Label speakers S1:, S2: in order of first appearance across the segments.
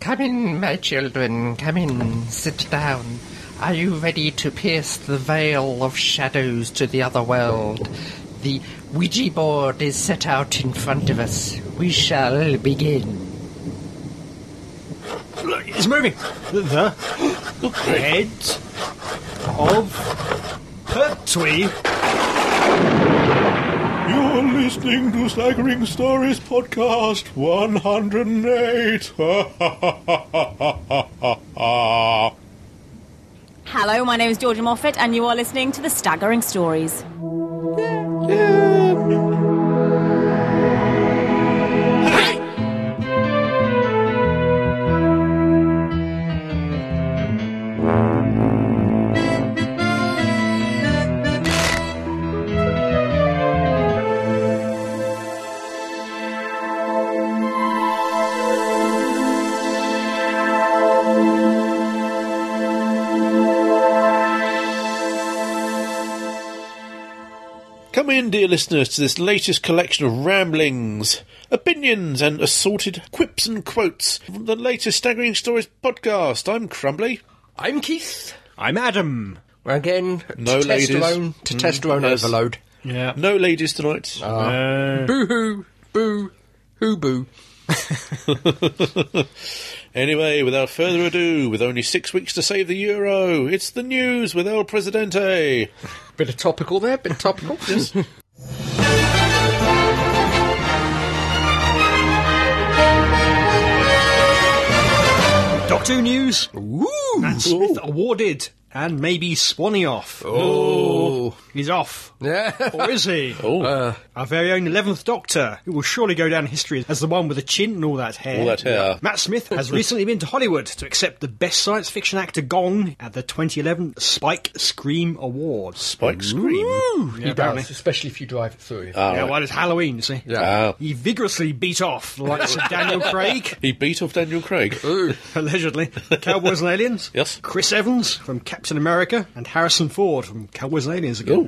S1: Come in, my children, come in, sit down. Are you ready to pierce the veil of shadows to the other world? The Ouija board is set out in front of us. We shall begin.
S2: Look, it's moving. The head of Pertwee.
S3: You're listening to Staggering Stories Podcast 108.
S4: Hello, my name is Georgia Moffat, and you are listening to the Staggering Stories.
S3: Come in, dear listeners, to this latest collection of ramblings, opinions, and assorted quips and quotes from the latest Staggering Stories podcast. I'm Crumbly.
S1: I'm Keith.
S2: I'm Adam.
S1: Again,
S3: No ladies. Mm,
S1: testosterone, testosterone
S3: yes.
S1: overload.
S2: Yeah.
S3: No ladies tonight.
S1: Boo hoo, boo, hoo boo.
S3: Anyway, without further ado, with only six weeks to save the euro, it's the news with El Presidente.
S1: Bit of topical there, bit topical.
S2: Doctor Who news. Matt Smith awarded and maybe Swanee off.
S1: oh,
S2: He's off.
S1: yeah.
S2: Or is he? Uh,
S3: Oh,
S2: Our very own 11th Doctor, who will surely go down in history as the one with the chin and all that hair.
S3: All that hair.
S2: Matt Smith has recently been to Hollywood to accept the Best Science Fiction Actor Gong at the 2011 Spike Scream Awards.
S3: Spike Scream.
S2: Yeah, apparently.
S1: especially if you drive it through.
S2: yeah, well, it's Halloween, you see.
S1: Oh.
S3: Ah.
S2: He vigorously beat off the likes of Daniel Craig,
S3: He beat off Daniel Craig.
S2: allegedly, Cowboys and Aliens,
S3: Yes.
S2: Chris Evans from Captain America, and Harrison Ford from Cowboys and Aliens again.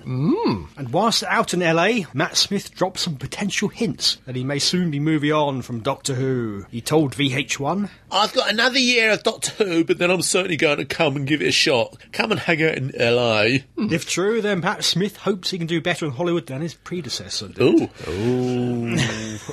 S2: And whilst out in LA, Matt Smith dropped some potential hints that he may soon be moving on from Doctor Who. He told VH1,
S3: I've got another year of Doctor Who, but then I'm certainly going to come and give it a shot. Come and hang out in LA.
S1: Hmm.
S2: if true, then Matt Smith hopes he can do better in Hollywood than his predecessor did.
S3: Ooh.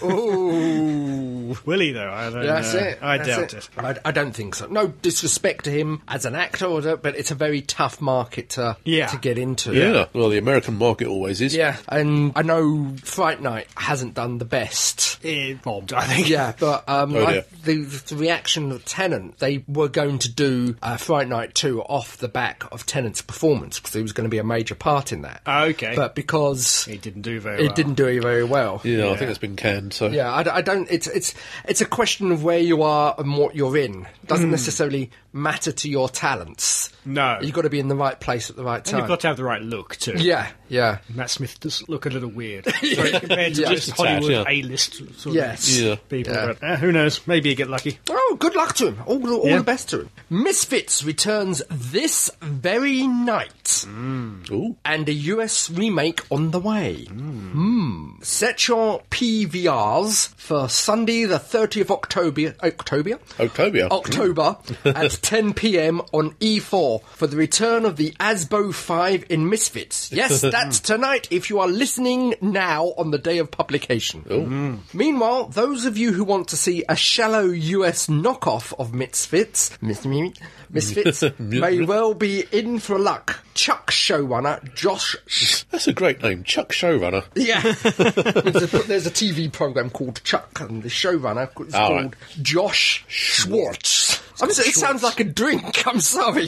S1: Ooh.
S2: Will he, though? I don't
S1: That's
S2: know.
S1: it.
S2: I
S1: That's
S2: doubt it.
S1: I, I don't think so. No disrespect to him as an actor, or that, but it's a very tough market to,
S2: Yeah.
S1: to get into.
S3: Yeah. Well, the American market always is.
S1: Yeah, and I know Fright Night hasn't done the best.
S2: It bombed, I think.
S1: Yeah, but um,
S3: Oh,
S1: I,
S3: dear.
S1: the, the reaction of Tennant, they were going to do uh, Fright Night 2 off the back of Tennant's performance because he was going to be a major part in that.
S2: Ah, Okay.
S1: But because
S2: It didn't do very
S1: it
S2: well.
S1: didn't do very well.
S3: Yeah, I think that's been canned. So
S1: Yeah, I, d- I don't. It's it's it's a question of where you are and what you're in. Doesn't necessarily matter to your talents.
S2: Hmm. No.
S1: you've got to be in the right place at the right
S2: And
S1: time.
S2: you've got to have the right look, too.
S1: yeah, yeah,
S2: Matt Smith does look a little weird Sorry, compared to
S1: Yeah.
S2: just
S3: Just a tad,
S2: Hollywood
S3: yeah.
S2: A-list sort of
S1: yes.
S3: Yeah.
S2: people.
S1: Yeah.
S2: But, uh, who knows? Maybe you get lucky.
S1: Oh, good luck to him. All, the- all
S2: Yeah.
S1: the best to him. Misfits returns this very night.
S3: Ooh.
S1: and a US remake on the way. Hmm. Set your PVRs for Sunday, the 30th of October. October?
S3: October.
S1: October at 10 pm on E4 for the return of the ASBO 5 in Misfits. Yes, that's tonight if you are listening now on the day of publication. Meanwhile, those of you who want to see a shallow US knockoff of Misfits, Mis- mi- Misfits may well be in for luck. Chuck showrunner Josh. Sh-
S3: That's a great name, Chuck Showrunner.
S1: yeah, there's, a, there's a TV program called Chuck, and the showrunner is
S3: All
S1: called Josh Schwartz. I'm so, it sounds like a drink. I'm sorry.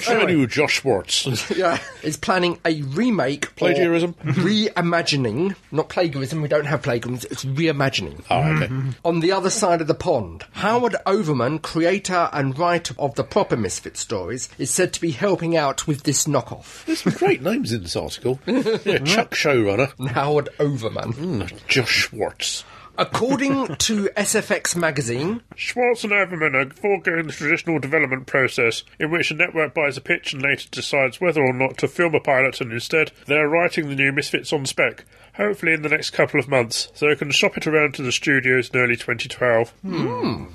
S3: Showing you Josh Schwartz.
S1: yeah, is planning a remake.
S3: Plagiarism?
S1: or reimagining, not plagiarism. We don't have plagiarism. It's reimagining.
S3: Oh, okay.
S1: On the other side of the pond, Howard Overman, creator and writer of the proper Misfit stories, is said to be helping out with this knockoff.
S3: There's some great names in this article. Yeah, Chuck Showrunner.
S1: Howard Overman.
S2: Hmm.
S3: Mm, Josh Schwartz.
S1: According to SFX magazine,
S5: Schwartz and Overman are foregoing the traditional development process, in which a network buys a pitch and later decides whether or not to film a pilot, and instead they are writing the new Misfits on spec. hopefully in the next couple of months, so I can shop it around to the studios in early 2012.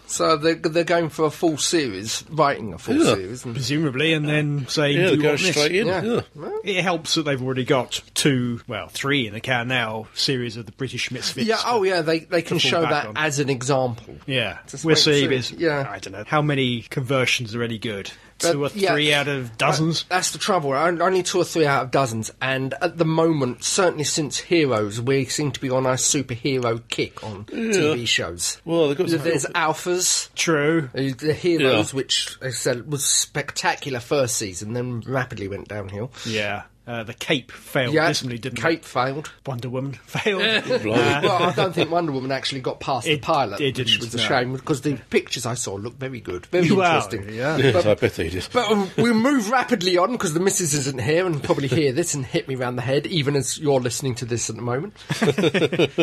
S1: So they're, they're going for a full series, writing a full
S3: Yeah.
S1: series. And,
S2: Presumably, and then say,
S3: Yeah,
S2: do
S3: they
S2: you
S3: go
S2: want this?
S3: straight in.
S1: yeah.
S3: yeah.
S2: It helps that they've already got two, well, three in the can now series of the British Misfits.
S1: Yeah, oh yeah, they, they can
S2: fall
S1: show
S2: back
S1: that
S2: on.
S1: as an example.
S2: Yeah,
S1: Just
S2: we'll
S1: wait and
S2: see.
S1: see.
S2: if it's-
S1: Yeah.
S2: I don't know how many conversions are any good.
S1: But,
S2: Two or
S1: yeah.
S2: three out of dozens.
S1: That's the trouble. on- Only two or three out of dozens, and at the moment, certainly since Heroes, we seem to be on a superhero kick on TV shows.
S3: Well, they've got some-
S1: there's Alphas,
S2: True.
S1: uh, the Heroes,
S3: Yeah.
S1: which I said was spectacular first season, then rapidly went downhill.
S2: Yeah. Uh, the Cape failed
S1: Yeah,
S2: dismally, didn't
S1: Cape
S2: it?
S1: failed.
S2: Wonder Woman failed.
S3: Blimey.
S1: well, I don't think Wonder Woman actually got past the
S2: It-
S1: pilot,
S2: it
S1: which
S2: didn't,
S1: was a
S2: no.
S1: shame because the pictures I saw looked very good, very
S2: Wow,
S1: interesting.
S2: yeah.
S3: Yes, I bet they did.
S1: But um, we'll move rapidly on because the missus isn't here and probably hear this and hit me round the head, even as you're listening to this at the moment.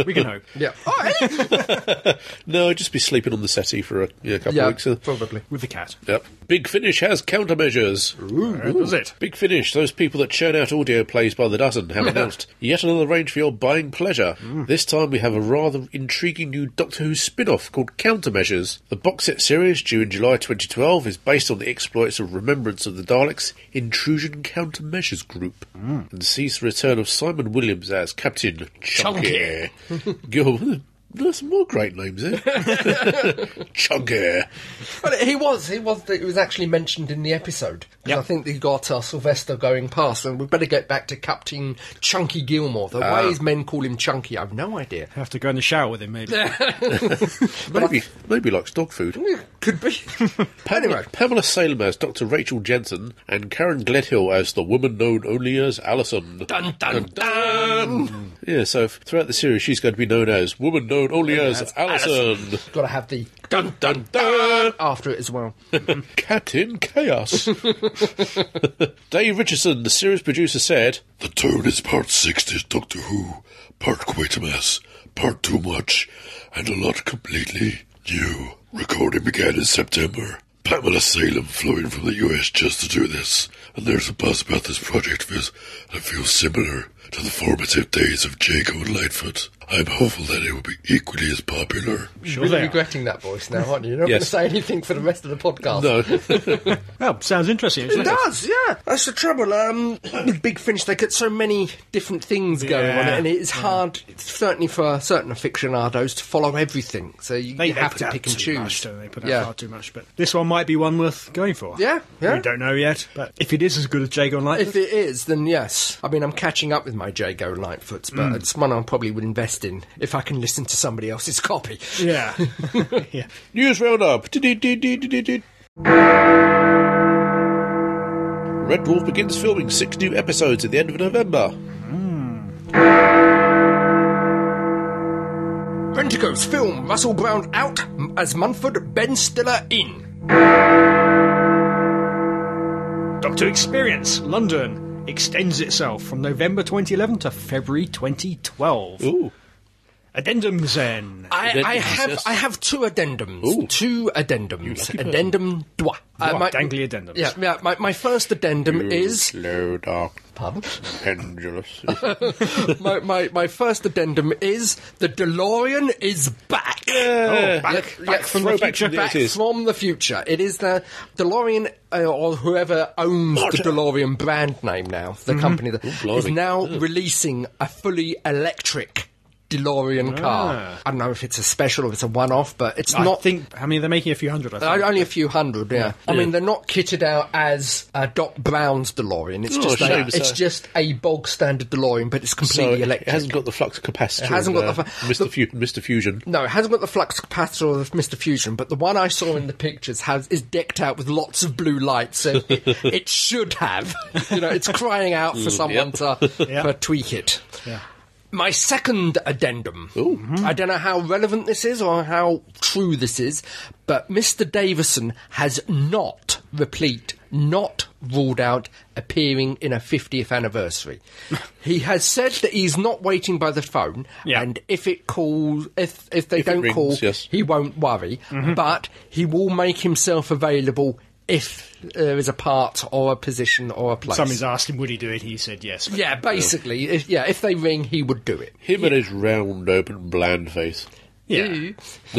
S2: we can hope.
S1: Yeah. Oh, hey!
S3: No, I'd just be sleeping on the settee for a yeah, couple
S1: yeah,
S3: of weeks. uh,
S1: probably.
S2: With the cat.
S3: Yep. Big Finish has countermeasures.
S2: Does it?
S3: Big Finish, those people that churn out audio plays by the dozen, have announced yet another range for your buying pleasure. This time we have a rather intriguing new Doctor Who spin off called Countermeasures. The box set series, due in July 2012, is based on the exploits of Remembrance of the Daleks Intrusion Countermeasures Group and sees the return of Simon Williams as Captain Chunky. Gil- There's some more great names there. Chunky.
S1: But he was, he was, he was actually mentioned in the episode. 'Cause I think they got uh, Sylvester going past, and we better get back to Captain Chunky Gilmore. The way his men call him Chunky, I've no idea.
S2: Have to go in the shower with him, maybe.
S3: Maybe, maybe likes dog food.
S1: Could be. anyway,
S3: Pamela Salem as Dr. Rachel Jensen and Karen Gledhill as the woman known only as Alison.
S1: dun dun dun.
S3: Yeah, so f- throughout the series, she's going to be known as woman known only as, Alison.
S1: Got to have the
S3: Dun dun dun.
S1: after it as well.
S3: Captain Chaos. Dave Richardson, the series producer, said,
S6: The tone is part 60 Doctor Who, part quite a mess, part too much, and a lot completely new. Recording began in September. Pamela Salem flew in from the US just to do this, and there's a buzz about this project of his that feels similar to the formative days of Jacob and Lightfoot. I'm hopeful that it will be equally as popular.
S2: sure
S1: You're
S2: they are.
S1: regretting that voice now, aren't you? You're not
S3: Yes.
S1: going to say anything for the rest of the podcast.
S3: no.
S2: Well, sounds interesting, actually.
S1: It does, yeah. That's the trouble. Um, with Big Finish, they get so many different things going on,
S2: Yeah.
S1: and it's hard, certainly for certain aficionados, to follow everything. So you,
S2: They
S1: you have to
S2: out
S1: pick and
S2: too
S1: choose.
S2: Much, don't they put out
S1: yeah.
S2: far too much, but this one might be one worth going for.
S1: Yeah, yeah.
S2: We don't know yet, but if it is as good as Jago and
S1: If
S2: Lightfoot,
S1: it is, then yes. I mean, I'm catching up with my Jago Lightfoots,
S2: Mm.
S1: but it's one I probably would invest in if I can listen to somebody else's copy.
S2: yeah, yeah.
S3: News Roundup. Dee-dee-dee-dee-dee-dee. Red Dwarf begins filming six new episodes at the end of November.
S1: Rentico's film Russell Brown out m- as Munford, Ben Stiller in.
S2: Doctor Experience London extends itself from November 2011 to February 2012.
S3: Ooh.
S2: Addendum Zen.
S1: I, I
S3: Addendums,
S1: have
S3: yes.
S1: I have two addendums.
S3: Ooh.
S1: Two addendums.
S3: lucky person.
S1: Addendum dwa. Uh,
S2: Dwa,
S1: my-
S2: dangly addendums.
S1: Yeah, yeah. My, my first addendum is
S3: Slow dark
S1: pardon.
S3: pendulous.
S1: my, my my first addendum is the DeLorean is back. Oh,
S3: Yeah.
S1: back,
S2: back from the future.
S1: Back
S3: It is.
S1: from the future. It is the DeLorean, uh, or whoever owns the DeLorean brand name now, the company that is
S3: Mm-hmm. Oh, blimey.
S1: now releasing a fully electric DeLorean car. I don't know if it's a special or it's a one-off, but it's
S2: Ah. I
S1: not.
S2: think, I mean, they're making a few hundred, I
S1: Uh,
S2: think.
S1: Only a few hundred, yeah. I mean, they're not kitted out as uh, Doc Brown's DeLorean. It's
S3: Oh,
S1: just a,
S3: shame,
S1: it's
S3: so-
S1: just a bog standard DeLorean, but it's
S3: So
S1: completely
S3: it
S1: electric.
S3: hasn't got the flux capacitor.
S1: It hasn't
S3: of,
S1: got the
S3: uh,
S1: fu-
S3: Mr. Fu- Mr. Fusion.
S1: No, it hasn't got the flux capacitor of Mr. Fusion, but the one I saw in the pictures has is decked out with lots of blue lights, and it, it should have. You know, it's crying out for someone to
S2: Yeah.
S1: for tweak it.
S2: Yeah.
S1: My second addendum. Mm-hmm. I don't know how relevant this is or how true this is, but Mr. Davison has not, replete, not ruled out appearing in a 50th anniversary. he has said that he's not waiting by the phone,
S2: Yeah.
S1: and if it calls, if if they
S3: it
S1: don't
S3: rings,
S1: call,
S3: yes.
S2: Mm-hmm.
S1: he won't worry, but he will make himself available if there is a part or a position or a place.
S2: Somebody's asked him, would he do it? He said yes. But
S1: yeah, basically, if, yeah. If they ring, he would do it.
S3: Him and his round, open, bland face.
S2: yeah.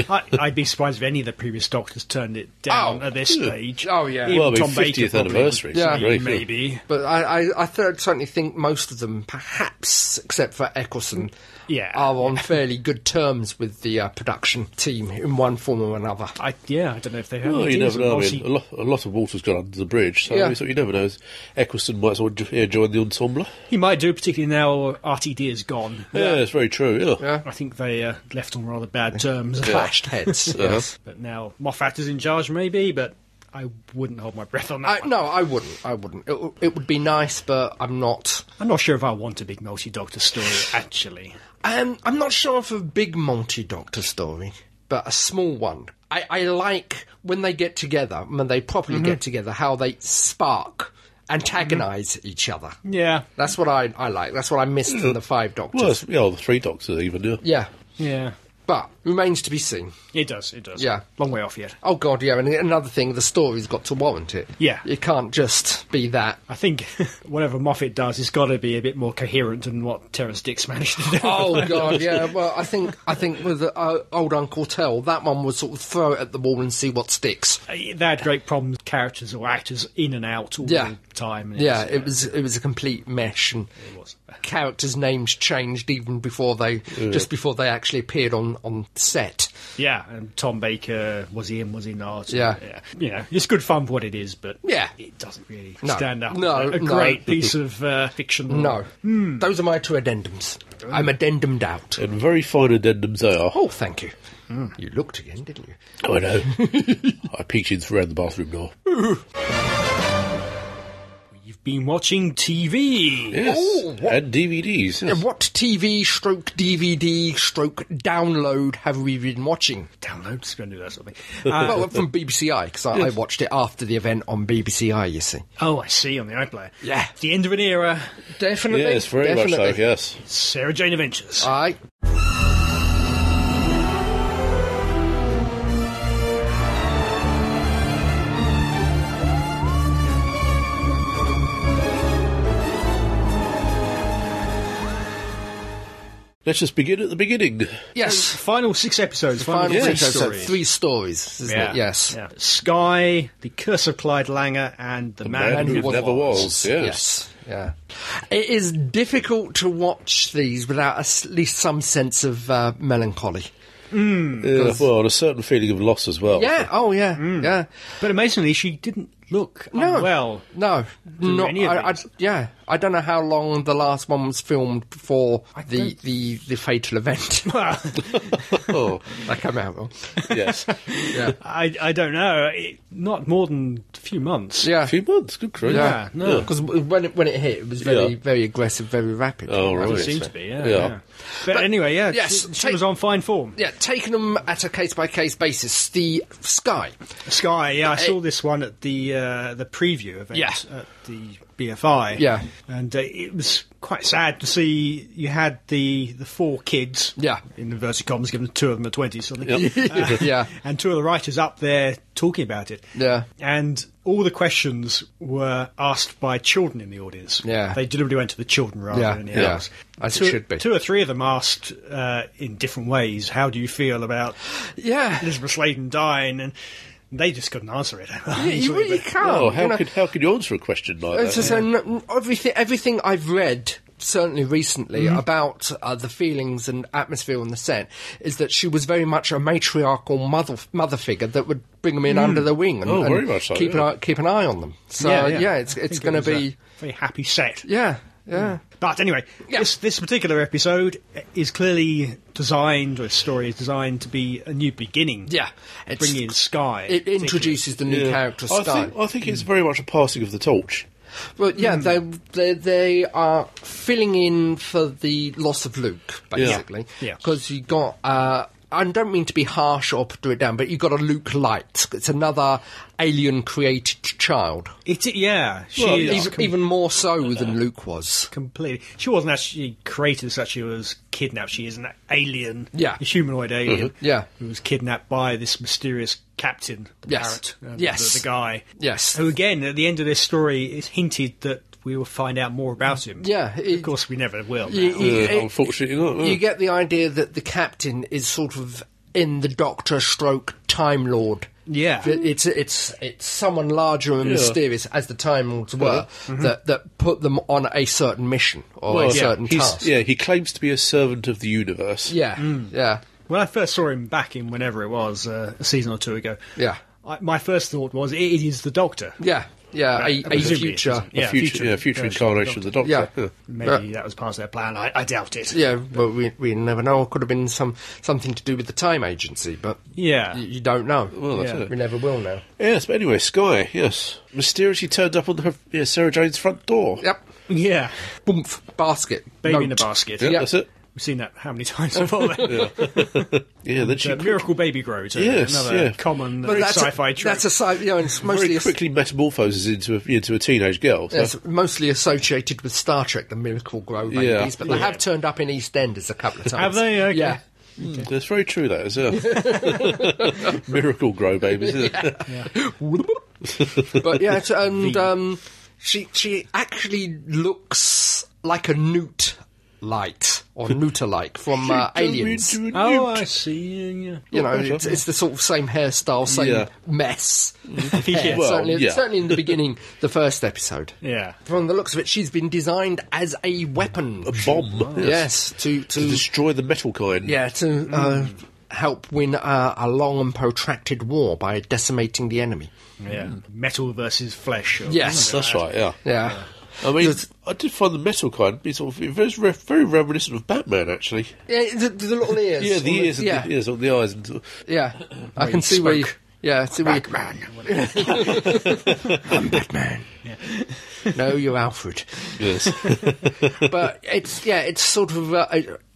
S2: I, I'd be surprised if any of the previous doctors turned it down
S1: Oh.
S2: at this stage.
S1: Oh, yeah.
S2: Even
S1: Well,
S3: I mean,
S2: Tom
S3: 50th
S2: Baker probably
S3: anniversary,
S2: would
S1: so
S2: say
S3: great, yeah.
S2: maybe.
S1: But I, I, I th- certainly think most of them, perhaps except for Eccleston,
S2: Yeah.
S1: are on fairly good terms with the uh, production team in one form or another.
S2: I, yeah, I don't know if they have.
S3: Well,
S2: any
S3: Oh, you
S2: deals
S3: never know. I
S2: with
S3: mean, a
S2: Aussie-
S3: lot, a lot of water's gone under the bridge, so,
S1: Yeah.
S3: so you never know. Eccleston might as well jo- yeah, join the ensemble.
S2: He might do, particularly now RTD is gone.
S3: Yeah, it's very true. Yeah.
S2: I think they uh, left on rather bad terms.
S1: Clashed heads.
S3: Uh-huh.
S1: yes.
S2: But now Moffat is in charge, maybe, but I wouldn't hold my breath on that.
S1: I,
S2: one.
S1: no, I wouldn't. I wouldn't. It, w- it would be nice, but I'm not.
S2: I'm not sure if I want a big multi doctor story, actually.
S1: Um, I'm not sure of a big multi doctor story, but a small one. I, I like when they get together, when they properly get together, how they spark, antagonize each other.
S2: Yeah.
S1: That's what I, I like. That's what I missed from the five doctors.
S3: Well, it's, yeah, the three doctors even. Yeah.
S1: yeah.
S2: Yeah.
S1: But remains to be seen.
S2: It does, it does.
S1: Yeah.
S2: Long way off yet.
S1: Oh god, yeah, and another thing, the story's got to warrant it.
S2: Yeah.
S1: It can't just be that.
S2: I think whatever Moffat does has got to be a bit more coherent than what Terence Dix managed to do.
S1: Oh god, yeah. Well, I think I think with uh, old Uncle Tell, that one was sort of throw it at the wall and see what sticks.
S2: They had great problems, characters or actors in and out all
S1: Yeah.
S2: the time. and uh,
S1: Yeah,
S2: it's-
S1: it was it was a complete mesh, and
S2: was. uh,
S1: characters' names changed even before they just before they actually appeared on on set.
S2: Yeah, and Tom Baker, was he in, was he not?
S1: Yeah.
S2: yeah. You know, it's good fun for what it is, but
S1: Yeah.
S2: it doesn't really
S1: No.
S2: stand up.
S1: No,
S2: a
S1: no.
S2: great piece of uh, fiction.
S1: No,
S2: Hmm.
S1: those are my two addendums. I'm addendumed out.
S3: And very fine addendums they are.
S1: Oh, thank you.
S2: Hmm.
S1: You looked again, didn't you?
S3: I know. I peeked in through around the bathroom door.
S2: You've been watching TV.
S3: Yes.
S1: Oh, what-
S3: and DVDs.
S1: Yeah,
S3: Yes.
S1: What TV stroke DVD stroke download have we been watching?
S2: Download, just going to do that sort of thing. Uh,
S1: well, from BBCi because I, I watched it after the event on BBCi. You see,
S2: oh, I see, on the iPlayer.
S1: Yeah.
S2: The end of an era,
S1: definitely,
S3: Yes, very much so. Yes.
S2: Sarah Jane Adventures.
S1: Aye.
S3: Let's just begin at the beginning.
S1: Yes.
S2: Final six episodes. Final,
S1: Final
S2: six
S1: six episodes,
S2: stories.
S1: three stories, isn't it? Yes.
S2: Yeah. Sky, The Curse of Clyde Langer, and The, Man,
S3: Man
S2: Who
S3: Who Never Was. Yes.
S1: Yes. Yeah. It is difficult to watch these without at least some sense of uh, melancholy.
S3: Yeah, Uh, well, and a certain feeling of loss as well.
S1: Yeah. Oh, yeah.
S2: Mm.
S1: Yeah.
S2: But amazingly, she didn't look
S1: No.
S2: well.
S1: No. Not,
S2: any of
S1: I, I,
S2: these?
S1: yeah. I don't know how long the last one was filmed before the, the, the fatal event
S3: Oh,
S1: that came out. on.
S3: yes.
S1: Yeah.
S2: I, I don't know. It, not more than a few months.
S1: Yeah.
S3: A few months. Good grief.
S2: Yeah, no.
S1: Because when it, when it hit, it was very
S3: Yeah.
S1: very aggressive, very rapid.
S3: Oh,
S2: It
S3: right.
S2: seemed to be, yeah.
S3: Yeah.
S2: yeah. But, anyway, yeah,
S1: yes,
S2: she,
S1: take-
S2: she was on fine form.
S1: Yeah, taking them at a case by case basis. The Sky.
S2: Sky, yeah, I saw this one at the uh, the preview event
S1: Yeah.
S2: at the BFI.
S1: Yeah.
S2: and uh, it was quite sad to see you had the the four kids.
S1: Yeah.
S2: in inverted commas, given two of them are twenty something.
S1: Yeah.
S2: and two of the writers up there talking about it.
S1: Yeah.
S2: and all the questions were asked by children in the audience.
S1: Yeah.
S2: they deliberately went to the children rather
S1: Yeah.
S2: than anything
S1: Yeah.
S2: else.
S1: As it
S2: two,
S1: should be.
S2: Two or three of them asked uh, in different ways, "How do you feel about?"
S1: Yeah.
S2: Elizabeth Sladen dying, and they just couldn't answer it.
S1: You really can't.
S3: Oh,
S1: you
S3: how
S1: know.
S3: could how could you answer a question like
S1: It's
S3: that?
S1: just, uh, n- everything, everything I've read, certainly recently,
S3: Mm-hmm.
S1: about uh, the feelings and atmosphere on the set is that she was very much a matriarchal mother mother figure that would bring them in under the wing and,
S3: Oh,
S1: and
S3: very much so,
S1: keep,
S3: yeah.
S1: an eye, keep an eye on them. So, yeah, it's,
S2: I
S1: it's
S2: think it
S1: going to
S2: was a
S1: be.
S3: uh,
S2: very happy set.
S1: Yeah, yeah.
S3: Mm.
S2: But anyway,
S1: Yeah.
S2: this this particular episode is clearly designed, or its story is designed to be a new beginning.
S1: Yeah. It's-
S2: bringing in Sky.
S1: It introduces the new
S3: Yeah.
S1: character,
S3: I
S1: Sky.
S3: think, I think it's very much a passing of the torch.
S1: Well, yeah,
S2: Hmm.
S1: they, they they are filling in for the loss of Luke, basically.
S2: Yeah.
S1: Because you got. Uh, I don't mean to be harsh or put it down, but you got a Luke Light. It's another alien created child.
S2: It, yeah, she
S1: Well,
S2: is
S1: even, even more so than Luke was.
S2: completely. She wasn't actually created as such. She was kidnapped. She is an alien.
S1: Yeah. Mm-hmm.
S2: A humanoid alien.
S1: Yeah.
S2: Who was kidnapped by this mysterious captain, the
S1: Yes.
S2: parrot, uh,
S1: Yes.
S2: the, the guy.
S1: Yes.
S2: Who again, at the end of this story, it's hinted that we will find out more about him.
S1: Yeah,
S2: of
S1: it-
S2: course, we never will.
S1: You-
S2: now.
S1: you-
S3: Uh,
S1: it-
S3: unfortunately not. no.
S1: you get the idea that the captain is sort of in the Doctor stroke Time Lord.
S2: Yeah.
S1: It- it's it's it's someone larger and
S3: Yeah.
S1: mysterious as the Time Lords were that that put them on a certain mission or a
S3: Well,
S1: certain
S3: he's-
S1: task.
S3: Yeah, he claims to be a servant of the universe.
S1: yeah, yeah.
S2: When I first saw him back in whenever it was, uh, a season or two ago,
S1: Yeah.
S2: I, my first thought was, it is the Doctor.
S1: Yeah, yeah, a, a
S2: Presumably it
S1: future.
S2: isn't.
S3: A
S2: Yeah,
S3: future,
S2: future
S3: yeah, future
S2: version of
S3: incarnation of the Doctor.
S1: Yeah.
S2: Maybe that was part of their plan. I, I doubt it.
S1: Yeah, but we we never know. It could have been some something to do with the time agency, but
S2: Yeah.
S1: you, you don't know.
S3: Well, that's
S2: Yeah.
S3: it.
S1: we never will know.
S3: Yes, but anyway, Sky, yes. Mysteriously turned up on her, yeah, Sarah Jane's front door.
S1: Yep,
S2: Yeah.
S1: boomf basket,
S2: Baby in a
S1: note.
S2: basket.
S3: Yeah,
S1: Yeah.
S3: that's it.
S2: We've seen that how many times before? yeah.
S3: Yeah, then she
S2: The miracle baby grows. uh,
S3: Yes,
S2: another
S3: yeah.
S2: common
S1: But
S2: uh,
S1: that's
S2: sci-fi
S1: a,
S2: trope.
S1: That's a sci- you know, it's mostly
S3: very
S1: as-
S3: quickly metamorphoses into a, into a teenage girl. So.
S1: it's mostly associated with Star Trek, the Miracle Grow babies,
S3: Yeah.
S1: but they have turned up in EastEnders a couple of times.
S2: Have they? Okay.
S1: Yeah.
S3: Mm, That's very true, that is. Yeah. Miracle grow babies, isn't it?
S1: but yeah, it's- and um, she she actually looks like a newt light or neuter like from uh, Aliens.
S3: Into a
S2: Oh,
S3: newt.
S2: I see. Yeah.
S1: You know, it's, it's the sort of same hairstyle, same
S3: Yeah.
S1: mess.
S2: Yeah.
S3: Well,
S1: certainly,
S3: yeah.
S1: certainly in the beginning, the first episode.
S2: Yeah.
S1: From the looks of it, she's been designed as a weapon.
S3: A bomb.
S1: Yes, to
S3: To
S1: to
S3: destroy the metal kind.
S1: yeah to uh, help win uh, a long and protracted war by decimating the enemy. Hmm.
S2: Yeah. Metal versus flesh. or
S1: Yes.
S3: That's right, yeah.
S1: Yeah,
S3: I mean,
S1: There's-
S3: I did find the metal kind to be sort of very, very reminiscent of Batman, actually.
S1: yeah the, the little ears.
S3: Yeah, the
S1: All
S3: ears, and
S1: yeah,
S3: the ears, on the eyes, and sort of-
S1: yeah. I can see where. You, yeah, I see where. you- I'm Batman. no, you're Alfred.
S3: yes.
S1: But it's yeah, it's sort of uh,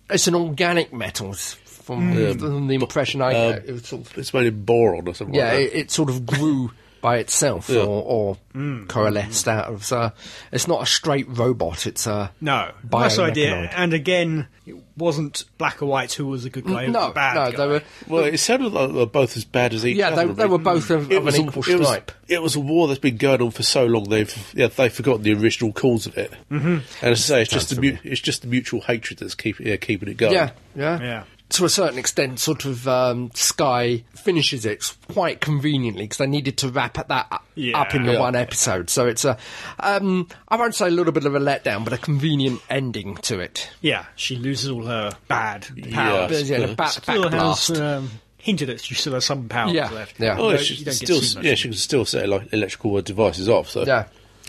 S1: it's an organic metal. it's From,
S3: Mm.
S1: from
S3: Um,
S1: the impression I
S3: uh,
S1: get, it was sort of
S3: it's made of boron or something.
S1: Um, yeah,
S3: like
S1: it, it sort of grew by itself or, or
S2: Mm,
S1: coalesced out of. So it's not a straight robot. It's a
S2: No, nice idea.
S1: biomechanoid.
S2: And again, it wasn't black or white who was a good guy, who was
S1: Mm, No,
S2: a bad
S1: no,
S2: guy.
S1: they were.
S3: that. Well, it sounded like they were both as bad as each
S1: Yeah,
S3: other.
S1: they- they were
S3: really.
S1: both of- of
S3: was
S1: an
S3: a-
S1: equal
S3: it was-
S1: stripe.
S3: It was a war that's been going on for so long. They've yeah, they've forgotten the original cause of it. Mm-hmm. And as I say, it's just the mu- it's just the mutual hatred that's keeping yeah, keeping it going.
S1: Yeah, yeah,
S2: Yeah.
S1: To a certain extent, sort of um, Sky finishes it quite conveniently because they needed to wrap that up,
S2: Yeah.
S1: up in the
S2: Yeah.
S1: one episode. So it's a, um, I won't say a little bit of a letdown, but a convenient ending to it.
S2: Yeah, she loses all her bad powers.
S3: Yeah.
S1: But, yeah, the back,
S2: Still has
S1: backblast.
S2: um, hinted that she still has some powers
S1: Yeah,
S2: left.
S1: yeah.
S3: Oh,
S2: You
S3: she
S2: don't- you don't get
S3: still
S2: too much.
S3: yeah, she can still set like, electrical devices off. So
S1: yeah.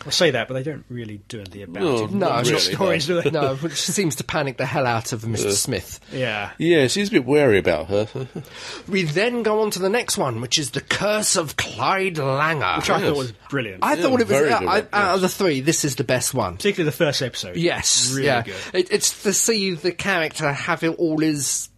S2: I say that, but they don't really do anything about
S3: No,
S2: it.
S1: No,
S3: not
S1: it's
S2: Your
S1: not
S3: really,
S2: stories, do they?
S1: no, which seems to panic the hell out of Mr. Smith.
S2: Yeah.
S3: Yeah, she's a bit wary about her.
S1: We then go on to the next one, which is The Curse of Clyde Langer.
S2: Which I thought was brilliant.
S1: I thought it was,
S3: very
S1: uh,
S3: good
S1: I-
S3: one,
S1: out of the three, this is the best one.
S2: Particularly the first episode.
S1: Yes,
S2: Really
S1: yeah.
S2: good.
S1: It, it's to see the character have it- all his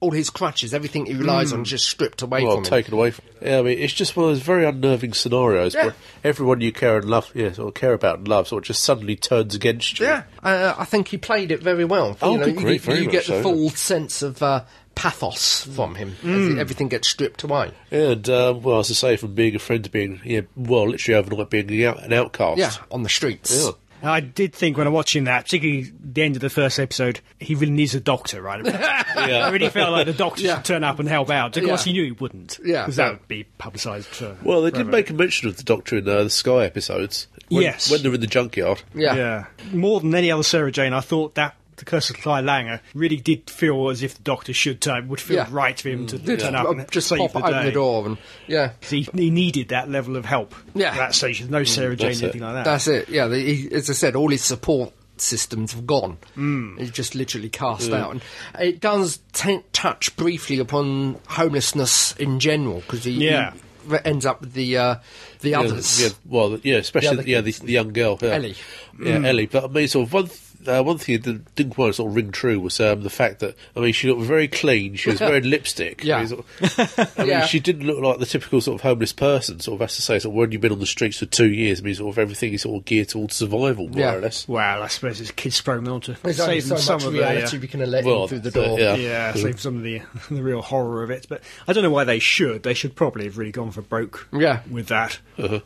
S1: all his crutches, everything he relies on, just stripped away
S3: well,
S1: from him.
S3: taken away from. Yeah, I mean, it's just one of those very unnerving scenarios
S1: Yeah.
S3: where everyone you care and love, yeah, or care about and love, sort of just suddenly turns against you.
S7: Oh.
S1: Yeah, uh, I think he played it very well.
S3: Oh,
S1: you know,
S3: good
S1: you,
S3: grief, very
S1: you
S3: much
S1: get the
S3: so,
S1: full sense of uh, pathos from him. as Everything gets stripped away.
S3: And um, well, as I say, from being a friend to being, yeah, well, literally overnight being out, an outcast.
S1: Yeah, on the streets.
S3: Yeah.
S2: I did think when I was watching that, particularly the end of the first episode, he really needs a doctor, right? I really felt like the doctor
S1: Yeah.
S2: should turn up and help out. Of course,
S1: Yeah.
S2: he knew he wouldn't.
S1: Yeah.
S2: Because that would be publicised. for-
S3: Well, they did
S2: forever.
S3: make a mention of the Doctor in uh, the Sky episodes. When,
S2: Yes.
S3: When they're in the junkyard.
S1: Yeah.
S2: Yeah. More than any other Sarah Jane, I thought that The Curse of Clyde Langer really did feel as if the doctor should turn, would feel
S1: Yeah.
S2: right for him to turn up
S1: Uh,
S2: and
S1: Just
S2: save
S1: pop
S2: the
S1: open
S2: day.
S1: the door and yeah.
S2: He, he needed that level of help
S1: Yeah.
S2: at that stage. There's no Sarah Jane,
S3: Mm, that's it.
S2: anything like that.
S1: That's it. Yeah, the, he, as I said, all his support systems have gone. Mm. He's just literally cast out, and it does t- touch briefly upon homelessness in general because he, he
S2: Yeah.
S1: re- ends up with the uh, the
S3: Yeah,
S1: others.
S3: yeah, well, yeah, especially
S1: The
S3: the
S1: other
S3: yeah, the, the young girl, yeah.
S1: Ellie. Mm.
S3: Yeah, Ellie. But I mean, sort of one. Th- uh, one thing that didn't quite sort of ring true was um, the fact that I mean she looked very clean. She was wearing lipstick. I
S1: Yeah.
S3: mean, sort of- I mean,
S1: Yeah.
S3: she didn't look like the typical sort of homeless person. Sort of has to say, sort of when you've been on the streets for two years, I mean, sort of everything is sort of geared towards survival, more
S1: Yeah.
S3: or less.
S2: Well, I suppose it's kids thrown on to
S1: There's only
S2: save
S1: so
S2: them some
S1: much
S2: of
S1: reality
S2: the. uh,
S1: we can let
S3: Well,
S1: in through the
S3: so,
S1: door.
S3: yeah.
S2: yeah,
S1: Mm-hmm.
S2: save some of the the real horror of it. But I don't know why they should. They should probably have really gone for broke.
S1: Yeah. Mm-hmm.
S2: with that,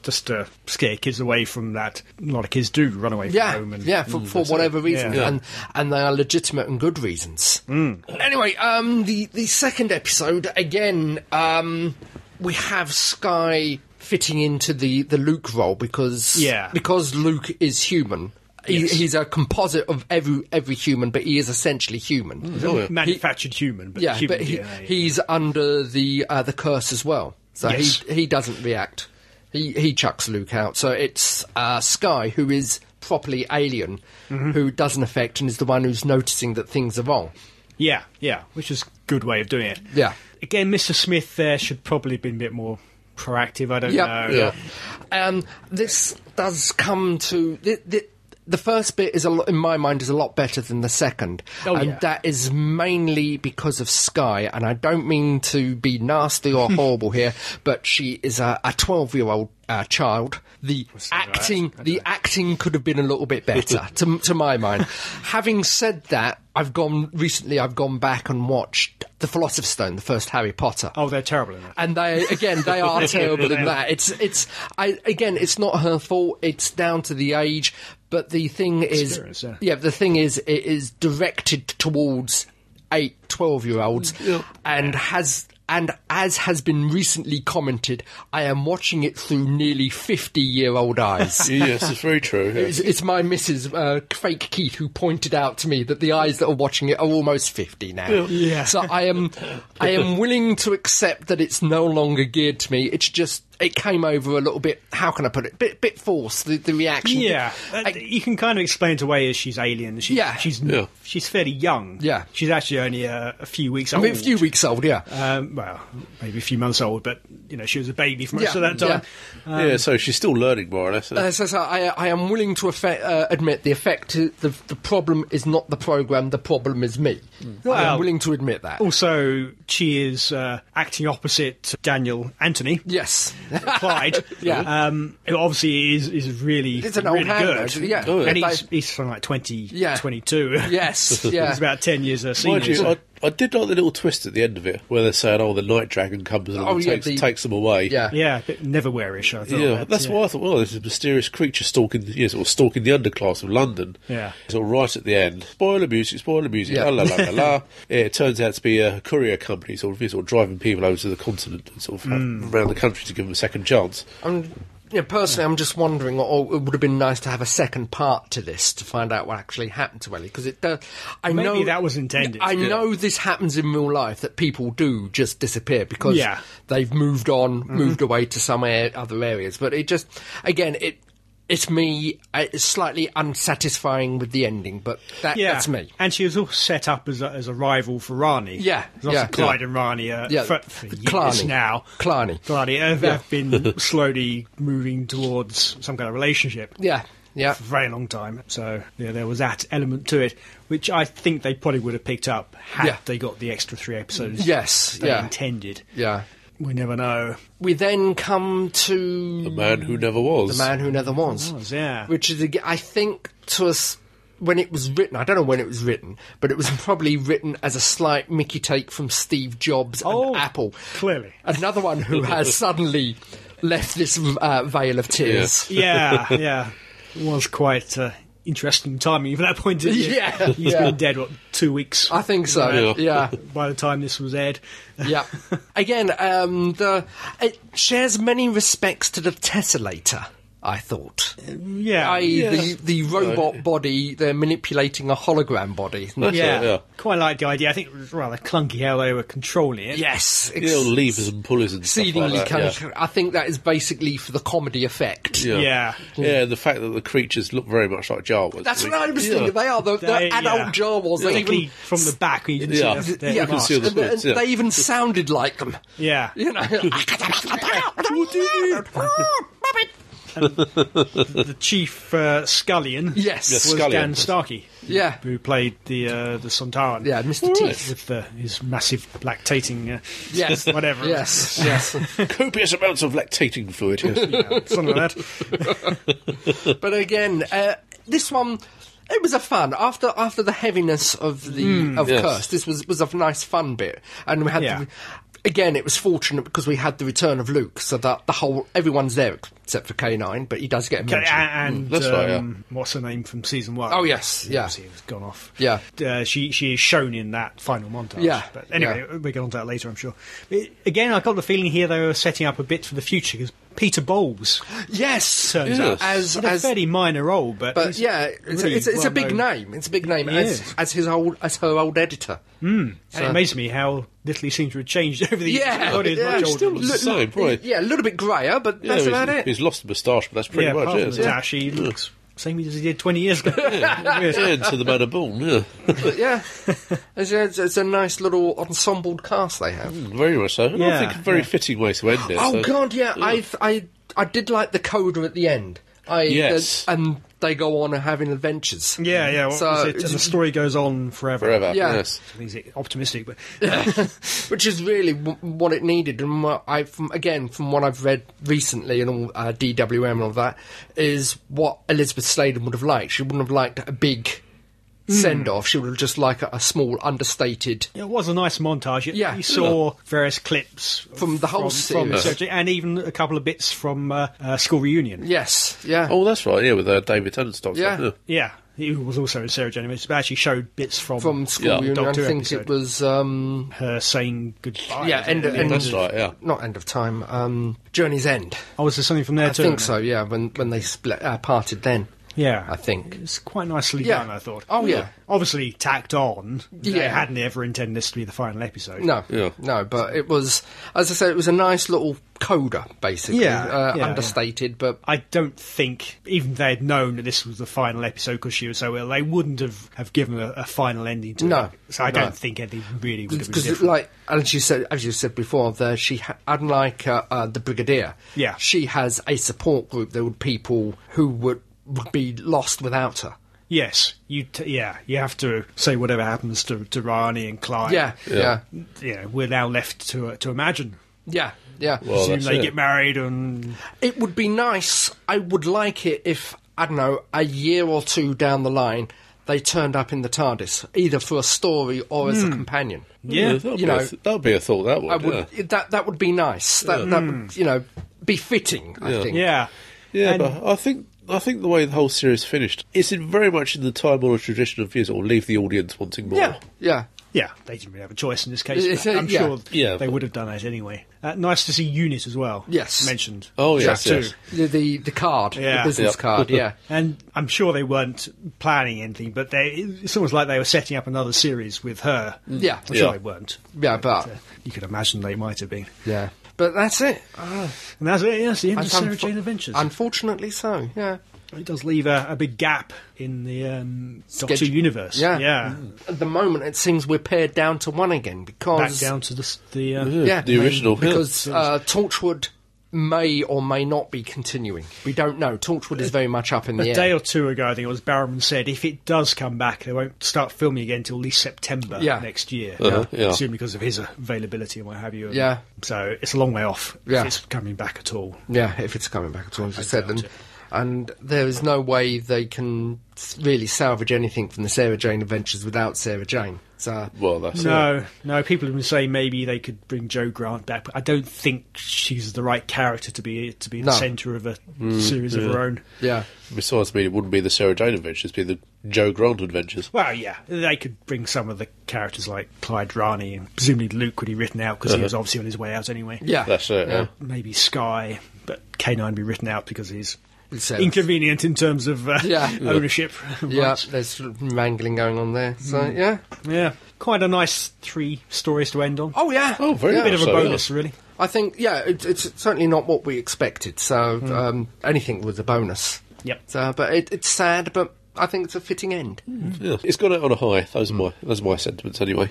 S2: just to scare kids away from that. A lot of kids do run away from
S1: Yeah,
S2: home. And, mm,
S1: yeah, for, for
S2: that's it.
S1: whatever reason,
S2: Yeah. Mm.
S1: and and they are legitimate and good reasons. Anyway, um, the the second episode again, um, we have Sky fitting into the the Luke role because
S2: Yeah.
S1: because Luke is human. He, He's a composite of every every human, but he is essentially human.
S2: Mm.
S3: Oh, yeah.
S2: manufactured human, but
S1: Yeah,
S2: human
S1: but he,
S2: DNA.
S1: he's under the uh, the curse as well, so
S2: Yes.
S1: he he doesn't react. He he chucks Luke out. So it's uh, Sky who is properly alien,
S2: Mm-hmm.
S1: who doesn't affect and is the one who's noticing that things are wrong.
S2: yeah, yeah, which is a good way of doing it.
S1: Yeah.
S2: Again, Mr. Smith there should probably have been a bit more proactive. I don't
S1: Yeah.
S2: know.
S3: Yeah.
S1: Um, this does come to the, the, the first bit is a lot, in my mind is a lot better than the second,
S2: Oh,
S1: and
S2: yeah.
S1: that is mainly because of Sky. And I don't mean to be nasty or horrible here, but she is a a twelve year old. Uh, child, the acting, the acting could have been a little bit better, to, to my mind. Having said that, I've gone recently. I've gone back and watched The Philosopher's Stone, the first Harry Potter
S2: Oh, they're terrible in that.
S1: and they again they are terrible in that it's it's I, again it's not her fault it's down to the age but the thing is
S2: Experience, yeah.
S1: the thing is it is directed towards 8 12 year olds and has and as has been recently commented i am watching it through nearly 50 year old eyes
S3: yes, it's very true. yeah.
S1: It's, it's my Mrs. Uh, Fake Keith who pointed out to me that the eyes that are watching it are almost fifty now.
S2: Oh, Yeah.
S1: So I am, I am willing to accept that it's no longer geared to me. It's just it came over a little bit. How can I put it? Bit, bit forced. The, the reaction.
S2: Yeah, uh,
S1: I-
S2: you can kind of explain it away as she's alien. She,
S1: Yeah.
S2: she's
S3: Yeah.
S2: she's fairly young.
S1: Yeah.
S2: she's actually only uh, a few weeks
S1: I
S2: old.
S1: mean, a few weeks old. Yeah.
S2: um, well, maybe a few months old, but you know she was a baby for most
S1: Yeah,
S2: of that time.
S1: um,
S3: yeah, so she's still learning more or less.
S1: Uh, so, so I, I am willing to affe- uh, admit the effect. The, the problem is not the program. The problem is me. I am
S2: Hmm. Well- Oh.
S1: willing to admit that.
S2: Also, she is uh, acting opposite Daniel Anthony.
S1: Yes.
S2: Clyde,
S1: Yeah.
S2: um, who obviously is is really,
S1: It's an old
S2: really
S1: hand,
S2: good.
S1: actually, yeah.
S3: Oh, yeah.
S2: and he's,
S1: They-
S2: he's something like 20,
S1: Yeah.
S2: 22.
S1: yes. Yeah.
S2: he's about ten years a senior.
S3: Mind you,
S2: so-
S3: I, I did like the little twist at the end of it where they're saying, "Oh, the night dragon comes along
S1: Oh,
S3: and
S1: yeah,
S3: takes,
S1: the-
S3: takes them away."
S1: yeah.
S2: yeah, a bit Neverwhere-ish. I thought.
S3: Yeah,
S2: But,
S3: that's
S2: yeah.
S3: why I thought, well, this is a mysterious creature stalking, the, yeah, sort of stalking the underclass of London.
S2: Yeah.
S3: Sort of right at the end. Spoiler music, spoiler music,
S1: Yeah.
S3: la la la la la. Yeah, it turns out to be a courier company, sort of, sort of driving people over to the continent and sort of uh,
S1: Hmm.
S3: around the country to give them a second chance.
S1: I'm, yeah, personally, I'm just wondering, or it would have been nice to have a second part to this to find out what actually happened to Ellie. Because it does. I
S2: Maybe
S1: know
S2: that was intended.
S1: I know this happens in real life that people do just disappear because
S2: Yeah. Mm-hmm.
S1: they've moved on, moved away to some a- other areas. But it just, again, it it's me. uh, It's slightly unsatisfying with the ending, but that,
S2: Yeah,
S1: that's me.
S2: And she was all set up as a, as a rival for Rani.
S1: Yeah,
S2: Because obviously
S1: yeah.
S2: Clyde and Rani are
S1: Yeah,
S2: for, for years
S1: Clarny.
S2: now.
S1: Clarny.
S2: Clarny have, have been slowly moving towards some kind of relationship.
S1: Yeah, yeah.
S2: for a very long time. So yeah, there was that element to it, which I think they probably would have picked up had
S1: Yeah.
S2: they got the extra three episodes.
S1: Yes,
S2: they
S1: yeah.
S2: intended.
S1: Yeah.
S2: We never know.
S1: We then come to
S3: The man who never was.
S1: The Man Who Never Was.
S2: Was, yeah.
S1: Which is, ag- I think, to us, when it was written, I don't know when it was written, but it was probably written as a slight Mickey take from Steve Jobs and
S2: Oh,
S1: Apple.
S2: clearly.
S1: Another one who has suddenly left this uh, veil of tears.
S2: Yeah, yeah, it was quite. Uh, Interesting timing from that point of view.
S1: Yeah,
S2: he's
S1: yeah.
S2: been dead what two weeks
S1: I think so. Yeah. Yeah.
S2: by the time this was aired.
S1: Again, um, the it shares many respects to the Tessellator, I thought.
S2: Um, Yeah,
S1: I, the, the robot body, they're manipulating a hologram body.
S2: yeah.
S3: Yeah, yeah.
S2: quite like the idea. I think it was rather clunky how they were controlling it.
S1: Yes.
S3: You know, levers and pulleys and stuff like
S1: exceedingly
S3: that,
S1: kind
S3: yeah.
S1: of. I think that is basically for the comedy effect.
S3: Yeah.
S2: Yeah.
S3: Yeah, the fact that the creatures look very much like Jawas.
S1: That's
S3: I mean,
S1: what I was thinking. They are the, the
S2: They-
S1: adult
S2: yeah.
S1: Jawas. They
S2: Particularly
S1: even,
S2: from the back, when you can
S3: Yeah.
S2: see their, their
S1: yeah,
S3: can
S2: mask.
S3: see all the
S1: and- and
S3: splits, yeah.
S1: they even soundunded like them.
S2: Yeah.
S1: You know,
S2: the chief uh, scullion
S1: Yes.
S2: was
S3: Scullion.
S2: uh, Dan Starkey.
S1: Yeah.
S2: who played the uh, the Sontaran.
S1: Yeah, Mr. Teeth.
S2: With the, his massive lactating, uh,
S1: Yes.
S2: whatever.
S1: Yes. Yes.
S3: Copious amounts of lactating fluid. Yes.
S2: Yeah, something like that.
S1: but again, uh, this one. It was a fun after after the heaviness of the
S3: Mm.
S1: of
S3: yes.
S1: curse. This was was a nice fun bit, and we had
S2: Yeah.
S1: the, again. It was fortunate because we had the return of Luke, so that the whole everyone's there except for K nine, but he does get a
S2: Okay,
S1: mention.
S2: and
S3: That's right, yeah.
S2: um, what's her name from season one?
S1: Oh, yes, yeah.
S2: Obviously, it's gone off.
S1: Yeah.
S2: uh, she she is shown in that final montage.
S1: Yeah,
S2: but anyway,
S1: yeah.
S2: we'll get onto that later, I'm sure. But again, I got the feeling here they were setting up a bit for the future because Peter Bowles
S1: yes,
S2: turns
S3: Yes.
S2: up
S1: as
S2: in a
S1: as
S2: fairly minor role, but
S1: but
S2: he's
S1: yeah, it's,
S2: really
S1: a, it's, a, it's a big
S2: well-known.
S1: name. It's a big name
S2: He
S1: as
S2: is.
S1: as his old as her old editor.
S2: And it amazed me how little he seemed to have changed over the years.
S1: Yeah,
S2: God, he's
S1: yeah.
S2: much
S1: He
S2: older.
S3: still looks the same, probably.
S1: Yeah, a little bit grayer, but
S3: Yeah,
S1: that's
S3: he's-
S1: about it.
S3: He's lost the moustache, but that's pretty
S2: yeah,
S3: much
S2: apart
S3: it.
S2: from the
S3: yeah.
S2: tash, he looks same as he did 20 years ago.
S3: Yeah, into the matter born, yeah.
S1: But yeah, it's, a- it's, it's a nice little ensembled cast they have.
S3: Hmm, very much so. And I
S2: Yeah,
S3: think a very
S2: yeah.
S3: fitting way to end it.
S1: Oh
S3: so-
S1: god, yeah, I th- I I did like the coda at the end. I
S3: Yes.
S1: uh, and they go on and having adventures.
S2: Yeah, yeah. What
S1: So
S2: was it? And
S1: it's-
S2: the story goes on forever.
S3: Forever,
S1: Yeah.
S3: yes.
S2: I think he's optimistic, but
S1: which is really w- what it needed. And what I, from, again, from what I've read recently and all uh, DWM and all that, is what Elizabeth Sladen would have liked. She wouldn't have liked a big
S2: Hmm.
S1: send off. She would have just liked a, a small, understated.
S2: it was a nice montage. You,
S1: Yeah.
S2: you saw various clips
S1: From the
S2: from,
S1: whole series.
S2: Sergio, and even a couple of bits from uh, uh, School Reunion.
S1: Yes, yeah,
S3: Oh, that's right, yeah, with uh, David Tennant's
S1: Yeah.
S2: Yeah, he was also in Sarah Jane. It actually showed bits from
S1: from school
S3: Yeah.
S1: union. I
S2: Doctor
S1: think
S2: episode.
S1: it was. Um,
S2: her saying goodbye.
S1: yeah, end, end,
S3: That's right, yeah.
S1: Not end of time. Um, Journey's end.
S2: Oh, was there something from there
S1: I
S2: too?
S1: think so. Yeah, when when they split uh, parted then.
S2: Yeah,
S1: I think.
S2: it's quite nicely
S1: Yeah.
S2: done. I thought.
S1: Oh, yeah.
S2: obviously tacked on. they
S1: Yeah.
S2: hadn't ever intended this to be the final episode.
S1: No,
S3: Yeah.
S1: no, but it was, as I said, it was a nice little coda, basically,
S2: Yeah,
S1: uh,
S2: yeah,
S1: understated, but
S2: I don't think, even if they had known that this was the final episode because she was so ill, they wouldn't have, have given a, a final ending to
S1: No,
S2: it. So I
S1: no.
S2: don't think anything really would have been
S1: because,
S2: different.
S1: like, as you said, as you said before, the, she ha- unlike uh, uh, the Brigadier,
S2: Yeah.
S1: she has a support group. There were people who would would be lost without her.
S2: yes, you t- yeah, you have to say whatever happens to, to Rani and Clyde.
S1: Yeah, yeah, yeah,
S2: You know, we're now left to uh, to imagine.
S1: yeah.
S3: Well,
S2: Assume
S3: that's
S2: they
S3: it.
S2: get married and
S1: It would be nice. I would like it if I don't know a year or two down the line they turned up in the TARDIS, either for a story or
S2: Hmm.
S1: as a companion.
S2: Yeah,
S3: that'd,
S1: you
S3: be a
S1: know,
S3: th- that'd be a thought, that would.
S1: I would that that would be nice. That that would you know be fitting. I think.
S2: Hmm. yeah,
S3: Yeah,
S2: And-
S3: but I think I think the way the whole series finished is in very much in the time or tradition of years, or leave the audience wanting more.
S1: Yeah. Yeah.
S2: yeah. They didn't really have a choice in this case.
S1: It's,
S2: but
S1: uh,
S2: I'm
S1: yeah.
S2: sure
S3: Yeah,
S2: they
S3: but-
S2: would have done that anyway. Uh, nice to see Unit as well.
S1: Yes.
S2: mentioned.
S3: Oh yes,
S2: Jack
S3: yes.
S2: too.
S1: The the, the card,
S2: Yeah.
S1: the business
S3: Yep.
S1: card. Yeah.
S2: And I'm sure they weren't planning anything, but they, it's almost like they were setting up another series with her.
S1: Mm. Yeah.
S2: I'm sure
S3: Yeah.
S2: they weren't.
S1: Yeah, but
S2: You could imagine they might have been.
S1: yeah, but that's it.
S2: And that's it, yes, the end of
S1: That's
S2: Sarah
S1: unfo-
S2: Jane Adventures.
S1: Unfortunately, so yeah.
S2: it does leave a, a big gap in the um, Doctor
S1: Schedule.
S2: universe.
S1: Yeah. Mm.
S2: Yeah.
S1: At the moment, it seems we're pared down to one again
S2: Back
S1: because
S2: down to the. s- the uh,
S1: yeah,
S3: The original, yeah.
S1: because uh, Torchwood may or may not be continuing. We don't know. Torchwood is very much up in the
S2: A
S1: air.
S2: day or two ago, I think it was Barrowman said if it does come back, they won't start filming again until at least September
S1: Yeah.
S2: next year.
S3: Uh-huh, yeah.
S2: Assuming because of his availability and what have you.
S1: Yeah.
S2: So it's a long way off
S1: Yeah.
S2: if it's coming back at all.
S1: Yeah, if it's coming back at all, as you said,
S2: doubt
S1: and,
S2: it.
S1: and there is no way they can s- really salvage anything from the Sarah Jane Adventures without Sarah Jane. So
S3: Well, that's it.
S2: No, no. People have been saying maybe they could bring Joe Grant back, but I don't think she's the right character to be to be the
S1: No.
S2: centre of a
S3: Mm,
S2: series of her own.
S1: yeah,
S3: Besides, I mean, it wouldn't be the Sarah Jane Adventures; it'd be the Joe Grant Adventures.
S2: Well, yeah, they could bring some of the characters like Clyde Rani and presumably Luke would be written out
S3: Uh-huh.
S2: because he was obviously on his way out anyway.
S1: yeah,
S3: That's it. Yeah.
S2: Maybe Sky, but K9 be written out because he's
S1: It's, uh,
S2: inconvenient in terms of uh,
S1: Yeah.
S2: ownership.
S1: yeah.
S2: rights.
S1: There's sort of wrangling going on there. So yeah,
S2: yeah. Quite a nice three stories to end on.
S1: oh yeah,
S3: Oh, very
S1: yeah.
S2: Bit of a
S3: So, yeah.
S2: bonus, really.
S1: I think yeah, it, it's certainly not what we expected. So um, anything was a bonus.
S2: Yep.
S1: So, but it, it's sad, but I think it's a fitting end.
S3: Yeah. It's gone out on a high. Those are my those are my sentiments anyway.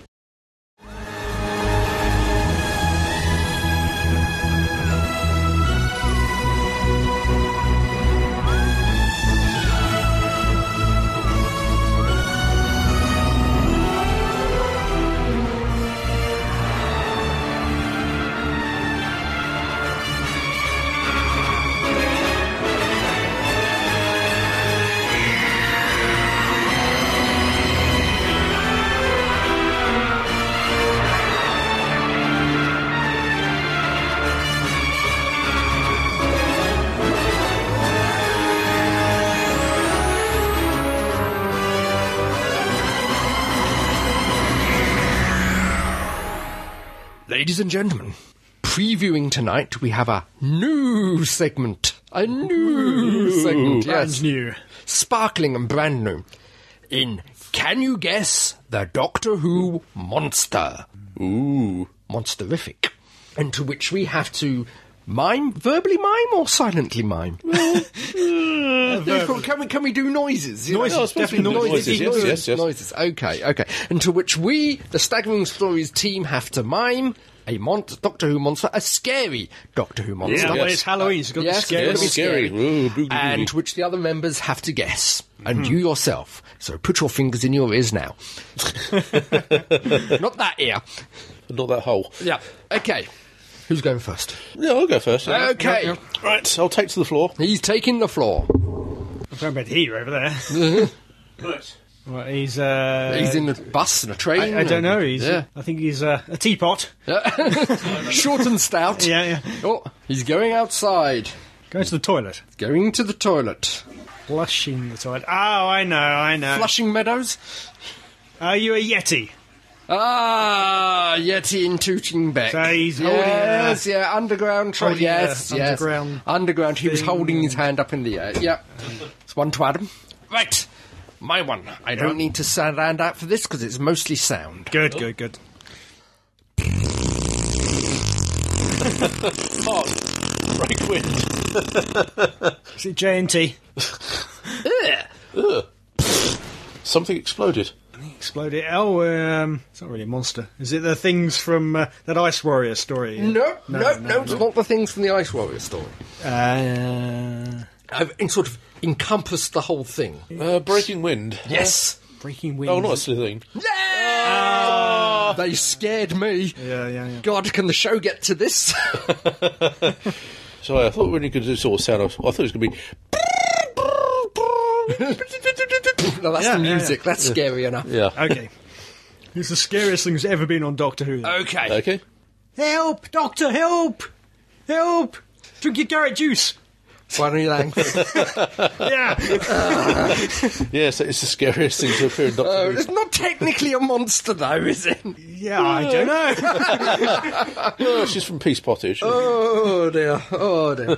S1: Ladies and gentlemen, previewing tonight, we have a new segment. A new segment, yes.
S2: Brand new.
S1: Sparkling and brand new. In Can You Guess the Doctor Who Monster? Ooh. Monsterific. And to which we have to mime, verbally mime or silently mime? can, we, can we do noises? you know?
S2: Oh,
S3: Noises, No, I suppose we definitely can do noises, noises, yes,
S1: noises,
S3: yes, yes.
S1: noises. Okay, okay. And to which we, the Staggering Stories team, have to mime a mon- Doctor Who monster, a scary Doctor Who monster.
S2: Yeah, well,
S3: yes.
S2: it's Halloween. It's got to be
S1: Yes,
S2: scary.
S1: it's
S3: yes.
S1: gonna be
S3: Scary. Ooh, boogie,
S1: and
S3: boogie.
S1: which the other members have to guess, and
S2: Hmm.
S1: you yourself. So put your fingers in your ears now. Not that ear.
S3: Not that hole.
S1: Yeah. Okay. Who's going first?
S3: Yeah, I'll go first.
S2: Uh,
S1: Okay.
S3: Uh, Right, I'll take to the floor.
S1: He's taking the floor.
S2: I'm talking about here over there.
S3: Right.
S2: Well, he's uh,
S1: He's in a bus and a train.
S2: I, I don't know. He's.
S1: Yeah.
S2: I think he's uh, a teapot.
S1: Short and stout.
S2: Yeah, yeah.
S1: Oh, he's going outside.
S2: Go to the toilet.
S1: He's going to the toilet.
S2: Flushing the toilet. Oh, I know, I know.
S1: Flushing Meadows.
S2: Are you a yeti?
S1: Ah, Yeti in Tooting Beck.
S2: So he's holding
S1: yes, yeah, underground train.
S2: holding
S1: yes,
S2: a
S1: yes,
S2: underground
S1: underground. He was
S2: thing
S1: holding his
S2: and-
S1: hand up in the air. Yep, it's one to Adam. Right, my one. I don't need to sound out for this because it's mostly sound.
S2: Good, good, good.
S3: Break wind.
S2: Is it JNT?
S3: Something exploded.
S2: Exploded. Oh, um, it's not really a monster. Is it the things from uh, that Ice Warrior story?
S1: No, no, no, it's not the things from the Ice Warrior story.
S2: Uh,
S1: I've in- sort of encompassed the whole thing.
S3: Uh, breaking wind.
S1: Yes.
S2: Breaking Wings.
S3: Oh, not a slithering.
S1: Yeah! They scared me.
S2: Yeah, yeah, yeah.
S1: God, can the show get to this?
S3: So I thought when you could do sort of sound off, I thought it was going to be.
S1: no, that's
S2: Yeah, yeah,
S1: the
S2: yeah.
S1: music. That's scary enough.
S3: Yeah.
S2: Okay. it's the scariest thing that's ever been on Doctor Who. then.
S1: Okay.
S3: Okay.
S2: Help, Doctor, help! Help! Drink your carrot juice!
S1: Why don't you Langford?
S2: Yeah!
S3: Yeah, so it's the scariest thing to appear in Doctor
S1: Oh,
S3: Who.
S1: it's not technically a monster, though, is it?
S2: yeah, I don't know.
S3: Oh, she's from Peace Pottage.
S1: Oh dear, oh dear.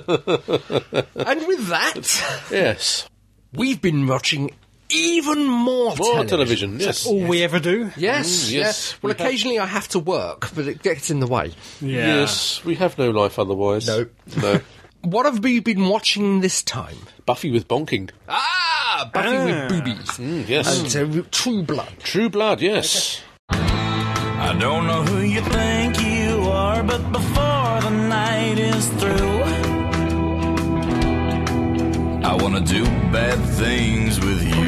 S1: and with that,
S3: yes.
S1: we've been watching even more,
S3: More television. Yes.
S2: All we ever do.
S1: Yes,
S3: Mm,
S1: yes.
S3: yes.
S1: Well,
S3: We have-
S1: occasionally I have to work, but it gets in the way.
S3: Yes. We have no life otherwise.
S1: No.
S3: No.
S1: What have we been watching this time?
S3: Buffy with bonking.
S1: Ah, Buffy with boobies.
S3: Mm, yes.
S1: And uh, True Blood.
S3: True Blood. Yes.
S8: I don't know who you think you are, but before the night is through, I wanna do bad things with you.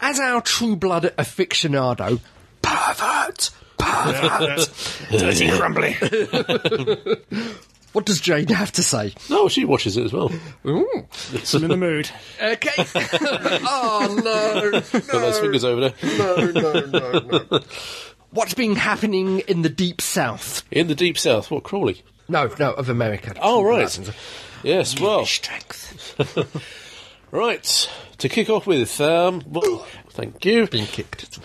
S1: As our True Blood aficionado, pervert, pervert.
S2: Dirty crumbly.
S1: what does Jane have to say?
S3: No, she watches it as well.
S1: Ooh.
S2: I'm in the mood.
S1: Okay. oh no.
S3: Got those fingers over there.
S1: no, no, no, no. What's been happening in the deep south?
S3: In the deep south. What Crawley?
S1: No, no, of America.
S3: Oh, right. Oh. Yes. Well.
S1: Strength.
S3: Right. To kick off with. Um. well, thank you.
S1: Being kicked.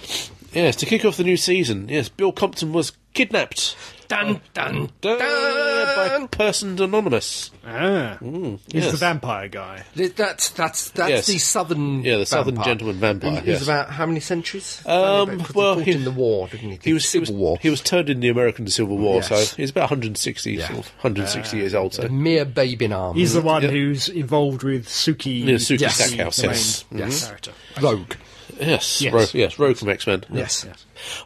S3: Yes. To kick off the new season. Yes. Bill Compton was kidnapped.
S1: Dun, dun,
S3: Dun-
S1: Oh. dun.
S3: by person anonymous.
S2: Ah. He's
S3: Mm, yes. Mm,
S2: the vampire guy.
S1: Th- That's, that's, that's
S3: Yes.
S1: the southern
S3: Yeah, the southern
S1: vampire.
S3: gentleman vampire,
S1: He- He was
S3: yes.
S1: about how many centuries?
S3: Um,
S1: Because
S3: well,
S1: he fought
S3: he-
S1: in the war, didn't he?
S3: He was, he
S1: Civil
S3: was
S1: War.
S3: he was turned in the American Civil War,
S1: Yes. Uh,
S3: so he's about 160, sort of 160 years old. So
S1: a mere babe in arms.
S2: He's the one who's involved with Suki.
S3: Yeah, Suki
S1: Yes.
S3: Stackhouse,
S2: the
S3: yes. Mm-hmm.
S2: main
S1: Yes.
S2: character.
S1: rogue.
S3: Yes,
S2: Yes.
S3: Ro- yes, Rogue from X Men.
S1: Yes.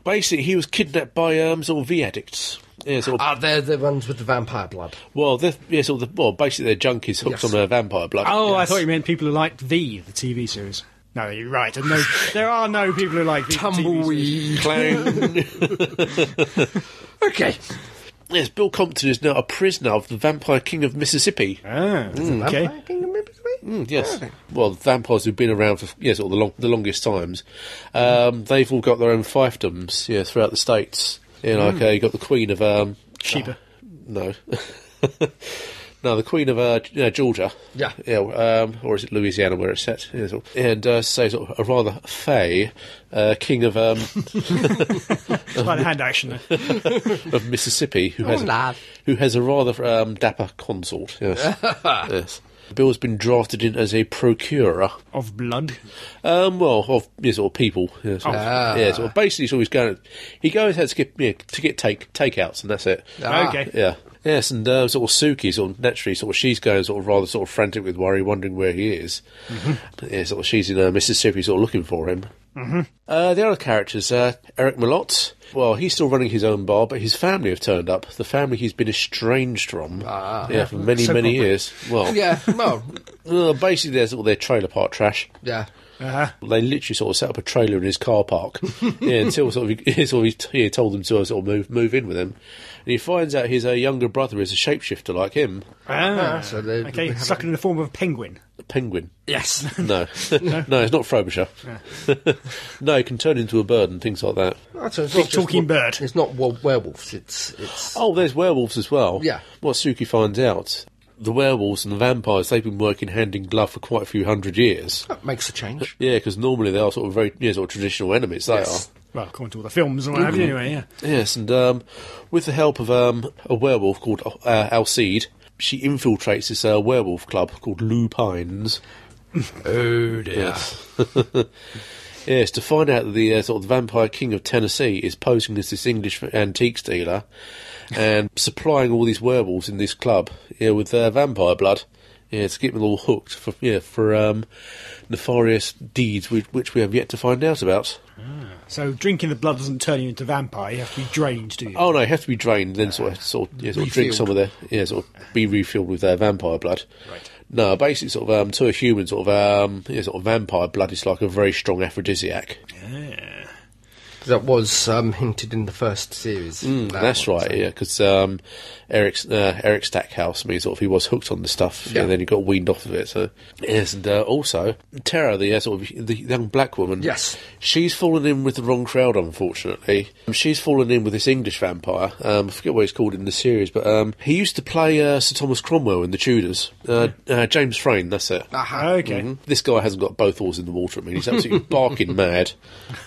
S3: Basically, he was kidnapped by um, sort of V addicts. Yeah, sort of,
S1: Ah, they're the ones with the vampire blood.
S3: well, they're, yeah, sort of the, well, basically they're junkies hooked
S1: Yes.
S3: on their vampire blood.
S2: Oh, I thought you meant people who liked V, the TV series. No, you're right. And No, there are no people who like V. the TV series.
S1: Tumbleweed.
S3: Clown.
S1: Okay.
S3: yes, Bill Compton is now a prisoner of the Vampire King of Mississippi.
S2: Ah, okay.
S1: Vampire Kingdom, maybe?
S3: Mm, Yes. Well, vampires who've been around for yes, all the, long, the longest times. Um, they've all got their own fiefdoms, yeah, throughout the states. You know, like uh, you got the Queen of um,
S2: Sheba.
S3: No. No, the Queen of uh, G- uh, Georgia.
S1: Yeah.
S3: yeah um, or is it Louisiana where it's set? Yeah, so- And uh, so sort of a rather fey uh, king of um,
S2: It's like a hand action. there.
S3: of Mississippi who
S7: Oh,
S3: has
S1: lad.
S3: a, who has a rather um, dapper consort. Yes. yes. The bill has been drafted in as a procurer.
S2: Of blood.
S3: Um, well, of yeah, sort of people. Yeah, sort of,
S1: Ah.
S3: yeah, sort of basically, he's always going. He goes out to get yeah, to get take takeouts, and that's it.
S1: Ah.
S2: Okay.
S3: Yeah. Yes, and uh, sort of Suki, sort of naturally, sort of she's going sort of rather sort of frantic with worry, wondering where he is.
S2: Mm-hmm.
S3: But, yeah, sort of she's in uh, Mississippi, sort of looking for him.
S2: Mm-hmm.
S3: Uh, the other characters, uh, Eric Malott. Well, he's still running his own bar, but his family have turned up. The family he's been estranged from, yeah, for many
S2: So
S3: many
S2: proper.
S3: years. Well,
S1: Ah. Yeah, well,
S3: uh, basically, there's all their trailer park trash.
S1: yeah.
S3: They literally sort of set up a trailer in his car park yeah, until sort of he, sort of he, t- he told them to sort of move move in with him, and he finds out his uh, younger brother is a shapeshifter like him,
S2: Ah.
S1: So they-
S2: okay, stuck in the form of a penguin.
S3: a penguin.
S1: Yes.
S3: No, no, it's not Frobisher. no, he can turn into a bird and things like that.
S1: That's a
S2: Big talking bird.
S1: It's not wa- werewolves. It's it's.
S3: Oh, there's werewolves as well.
S1: Yeah.
S3: What Suki finds out, the werewolves and the vampires, they've been working hand in glove for quite a few hundred years.
S1: That makes a change.
S3: Yeah, because normally they are sort of very yeah, sort of traditional enemies. They are.
S2: Well, according to all the films and what have you, anyway, yeah.
S3: Yes, and um, with the help of um, a werewolf called uh, Alcide, she infiltrates this uh, werewolf club called Lou Pines.
S1: Oh dear.
S3: Yes. yes, to find out that the uh, sort of vampire king of Tennessee is posing as this English antiques dealer and supplying all these werewolves in this club yeah, with uh, vampire blood. Yeah, to get them all hooked for yeah for um, nefarious deeds we, which we have yet to find out about.
S2: So drinking the blood doesn't turn you into a vampire. You have to be drained, do you?
S3: Oh no, you have to be drained, then sort of, sort of, yeah, sort of drink some
S1: Refilled.
S3: of their, yeah, sort of be refilled with their vampire blood. Right. No, basically, sort of um, to a human, sort of um, yeah, sort of vampire blood is like a very strong aphrodisiac.
S1: That was um, hinted in the first series. That
S3: Mm, That's
S1: one,
S3: right,
S1: so-
S3: yeah, because um, Eric's uh, Eric Stackhouse, I mean, sort of he was hooked on the stuff,
S1: Yeah.
S3: and then he got weaned off of it. So yes, and uh, also Tara, the uh, sort of the young black woman,
S1: Yes.
S3: she's fallen in with the wrong crowd, unfortunately. Um, She's fallen in with this English vampire. Um, I forget what he's called in the series, but um, he used to play uh, Sir Thomas Cromwell in the Tudors. Uh,
S1: Hmm.
S3: uh, James Frayne, that's it.
S1: Ah,
S2: Ah, Okay.
S3: Mhm. This guy hasn't got both oars in the water. I mean, he's absolutely barking mad.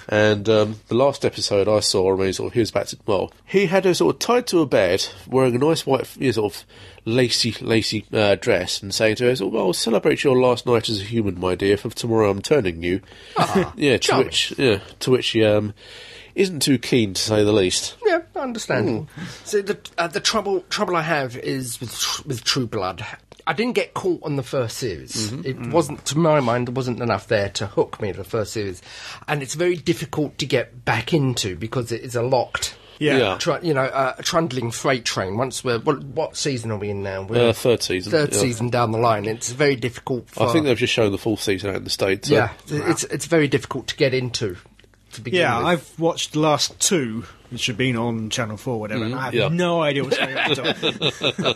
S3: And um, the last episode I saw, I mean, sort of, he was about to. Well, he had her sort of tied to a bed, wearing a nice white, you know, sort of lacy, lacy uh, dress, and saying to her, sort of, "Well, celebrate your last night as a human, my dear. For tomorrow, I'm turning you." yeah, to
S1: Ah, charming.
S3: which, yeah, to which he um, isn't too keen, to say the least.
S1: Yeah, understandable.
S3: Mm.
S1: So the uh, the trouble trouble I have is with tr- with True Blood. I didn't get caught on the first series.
S3: Mm-hmm,
S1: It
S3: mm.
S1: wasn't, to my mind, there wasn't enough there to hook me. The first series, and it's very difficult to get back into because it is a locked.
S2: Yeah.
S3: Yeah.
S1: tru- you know, uh, trundling freight train. Once we're well, what season are we in now? We're
S3: Uh, third season.
S1: third
S3: yeah.
S1: season down the line. It's very difficult. For,
S3: I think they've just shown the full season out in the states. so-
S1: Ah. yeah, it's it's very difficult to get into. To begin
S2: Yeah,
S1: with.
S2: I've watched the last two, which have been on Channel 4 whatever, and I have
S3: yeah.
S2: no idea what's going on. at all.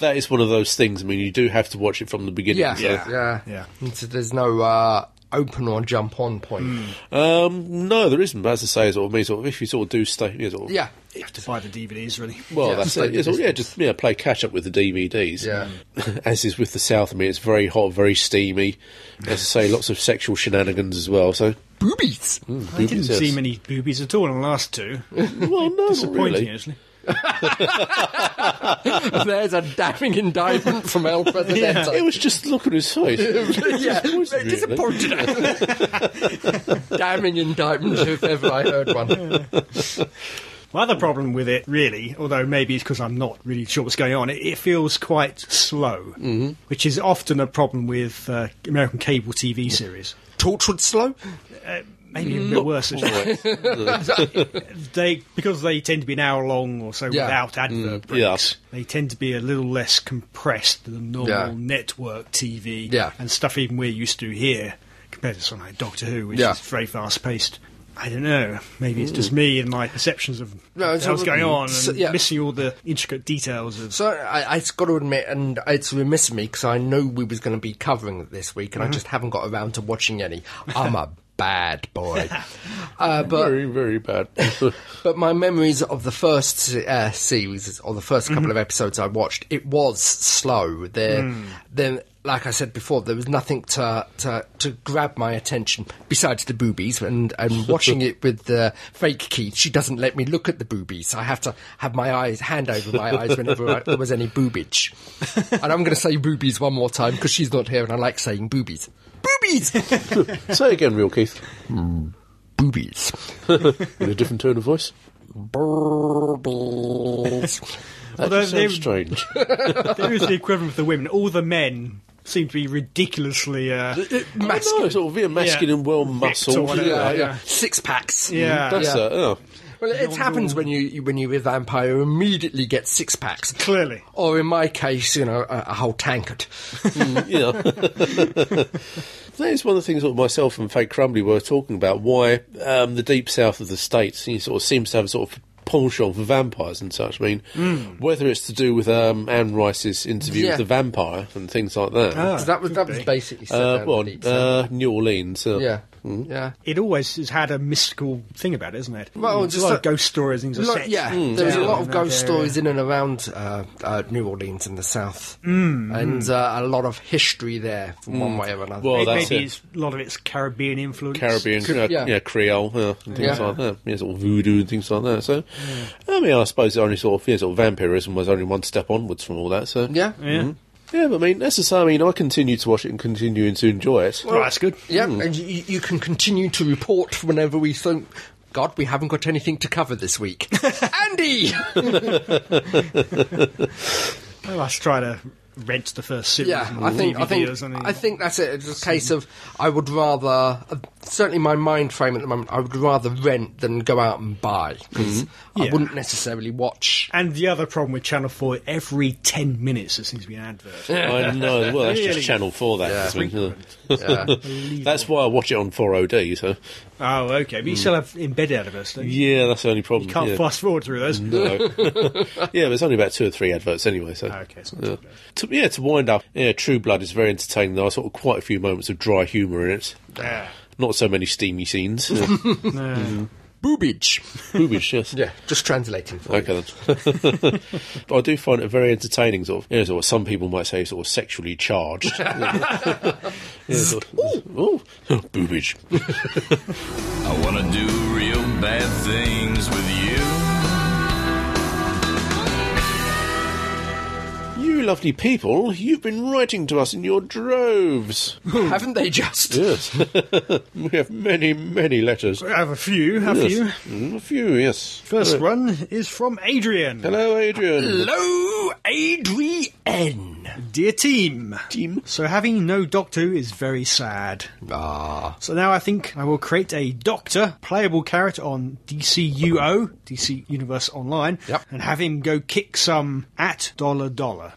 S3: that is one of those things. I mean, you do have to watch it from the beginning.
S1: yeah,
S3: so-
S1: yeah, yeah,
S2: Yeah.
S1: And So there's no uh, open or jump on point.
S2: Hmm.
S3: Um, no, there isn't. But as I say, sort of me, sort of if you sort of do stay, you know, sort of,
S1: Yeah,
S2: You have to buy the DVDs, really.
S3: Well,
S1: Yeah,
S3: that's
S1: play
S3: it.
S1: the
S3: It's all- yeah, just yeah, play catch up with the DVDs.
S1: Yeah.
S3: as is with the South. I mean, it's very hot, very steamy. As I say, lots of sexual shenanigans as well. So
S1: boobies.
S2: I didn't
S3: yes.
S2: see many boobies at all in the last two.
S3: well, no, not
S2: Disappointing,
S3: really.
S2: actually.
S1: there's a damning indictment from El Presidente.
S3: It was just the look on his face.
S1: yeah,
S3: Disappointing, really.
S1: disappointed. damning indictment, if ever I heard one.
S2: My other problem with it, really, although maybe it's because I'm not really sure what's going on, it, it feels quite slow, mm which is often a problem with uh, American cable TV series.
S1: Torchwood slow.
S2: Maybe a bit worse. actually. they because they tend to be an hour long or so
S1: Yeah. Mm,
S2: without advert breaks. They tend to be a little less compressed than normal
S1: Yeah.
S2: network TV
S1: Yeah.
S2: and stuff. Even we're used to here compared to something like Doctor Who, which
S1: Yeah. Mm.
S2: is very fast paced. I don't know. Maybe it's just me and my perceptions of
S1: No,
S2: what's
S1: it's all-
S2: going on and
S1: so- yeah.
S2: missing all the intricate details of.
S1: So I, I got to admit, and it's remiss of me because I know we was going to be covering it this week, and I just haven't got around to watching any. I'm a bad boy. uh, but
S3: very, very bad.
S1: but my memories of the first uh, series or the first couple of episodes I watched, it was slow. There, then, like I said before, there was nothing to to, to grab my attention besides the boobies. And and watching it with the fake Keith, she doesn't let me look at the boobies. I have to have my eyes hand over my eyes whenever I, there was any boobage. and I'm going to say boobies one more time because she's not here, and I like saying boobies. Boobies,
S3: Say again, real Keith,
S1: boobies.
S3: in a different tone of voice. That
S2: Although
S3: just sounds
S2: they-
S3: strange.
S2: there is the equivalent for the women. All the men seem to be ridiculously. Uh,
S3: Oh, no, sort of being masculine, well
S2: or
S3: muscled.
S2: whatever,
S3: Yeah,
S2: yeah.
S3: yeah.
S1: Six packs.
S2: yeah.
S3: That's
S1: Yeah.
S3: it. Oh.
S1: Well, it happens when you you- when you're a vampire, you immediately get six packs.
S2: Clearly.
S1: Or in my case, you know, a, a whole tankard.
S3: yeah. that is one of the things that myself and Fake Crumbly were talking about. Why um, the deep south of the states you know, sort of seems to have a sort of penchant for vampires and such. I mean, whether it's to do with um, Anne Rice's interview
S1: Mm. Yeah.
S3: with the vampire and things like that.
S1: So that was that was basically set
S3: Uh,
S1: down
S3: well,
S1: the deep south.
S3: uh, New Orleans. Uh,
S1: yeah, yeah.
S2: It always has had a mystical thing about it, hasn't it?
S1: Well,
S2: There's a
S1: just
S2: lot
S1: that-
S2: of ghost stories and things
S1: Lo-
S2: are set
S3: Mm.
S1: yeah,
S3: Hmm.
S1: there's a
S2: down
S1: lot
S2: in
S1: of
S2: that
S1: ghost
S2: area.
S1: stories in and around uh, uh, New Orleans in the south, mm, and uh, a lot of history there, from one way or another.
S3: Mm. Well,
S2: Maybe,
S3: that's it.
S2: it's a lot of it's Caribbean influence.
S3: Caribbean, uh,
S1: yeah.
S3: yeah. Creole, uh, and things
S1: Yeah. Mm.
S3: like that. Yeah, sort of voodoo and things like that. So, I mean, I suppose only sort of, yeah, sort of vampirism was only one step onwards from all that. So,
S1: yeah,
S2: Yeah.
S3: Yeah, but I mean, that's the same. I mean, I continue to watch it and continuing to enjoy it.
S2: Well, that's good.
S1: yeah. And you, you can continue to report whenever we think. God, we haven't got anything to cover this week. Andy!
S2: Well, I was trying to rent the first series.
S1: Yeah,
S2: and
S1: I think I think
S2: DVDs, mean,
S1: I think that's it. It's a case of I would rather uh, certainly my mind frame at the moment. I would rather rent than go out and buy because I
S2: Yeah.
S1: wouldn't necessarily watch.
S2: And the other problem with Channel Four, every ten minutes there seems to be an advert.
S3: I know. Well, that's
S2: Really?
S3: just Channel Four. That is, I mean, yeah.
S1: Yeah.
S3: that's why I watch it on 4OD. So
S2: Oh, okay, but you still have embedded adverts, don't you?
S3: Mm. yeah, Mm. that's the only problem.
S2: Can't
S3: yeah.
S2: fast forward through those.
S3: No. yeah, there's only about two or three adverts anyway. So
S2: Okay, it's not
S3: yeah.
S2: too bad.
S3: To, yeah, to wind up, yeah, True Blood is very entertaining. There are sort of quite a few moments of dry humour in it.
S2: Yeah.
S3: Not so many steamy scenes. Yeah.
S1: Boobage.
S3: Boobish, yes.
S1: Yeah, just translating. For
S3: Okay then. But I do find it very entertaining, sort of. You know, sort of some people might say sort of sexually charged. Yeah, sort of- ooh, boobage.
S8: I wanna do real bad things with you.
S3: You lovely people, you've been writing to us in your droves.
S1: you. Haven't they just?
S3: Yes. we have many, many letters.
S2: I have a few. Have
S3: Yes.
S2: you?
S3: Mm, A few, yes.
S2: First one is from Adrian.
S3: Hello, Adrian.
S1: Hello, Adrian.
S2: Dear team.
S3: Team.
S2: So having no Doctor Who is very sad.
S1: Ah,
S2: So now I think I will create a Doctor playable character on DCUO, DC Universe Online,
S1: Yep.
S2: and have him go kick some at dollar dollar.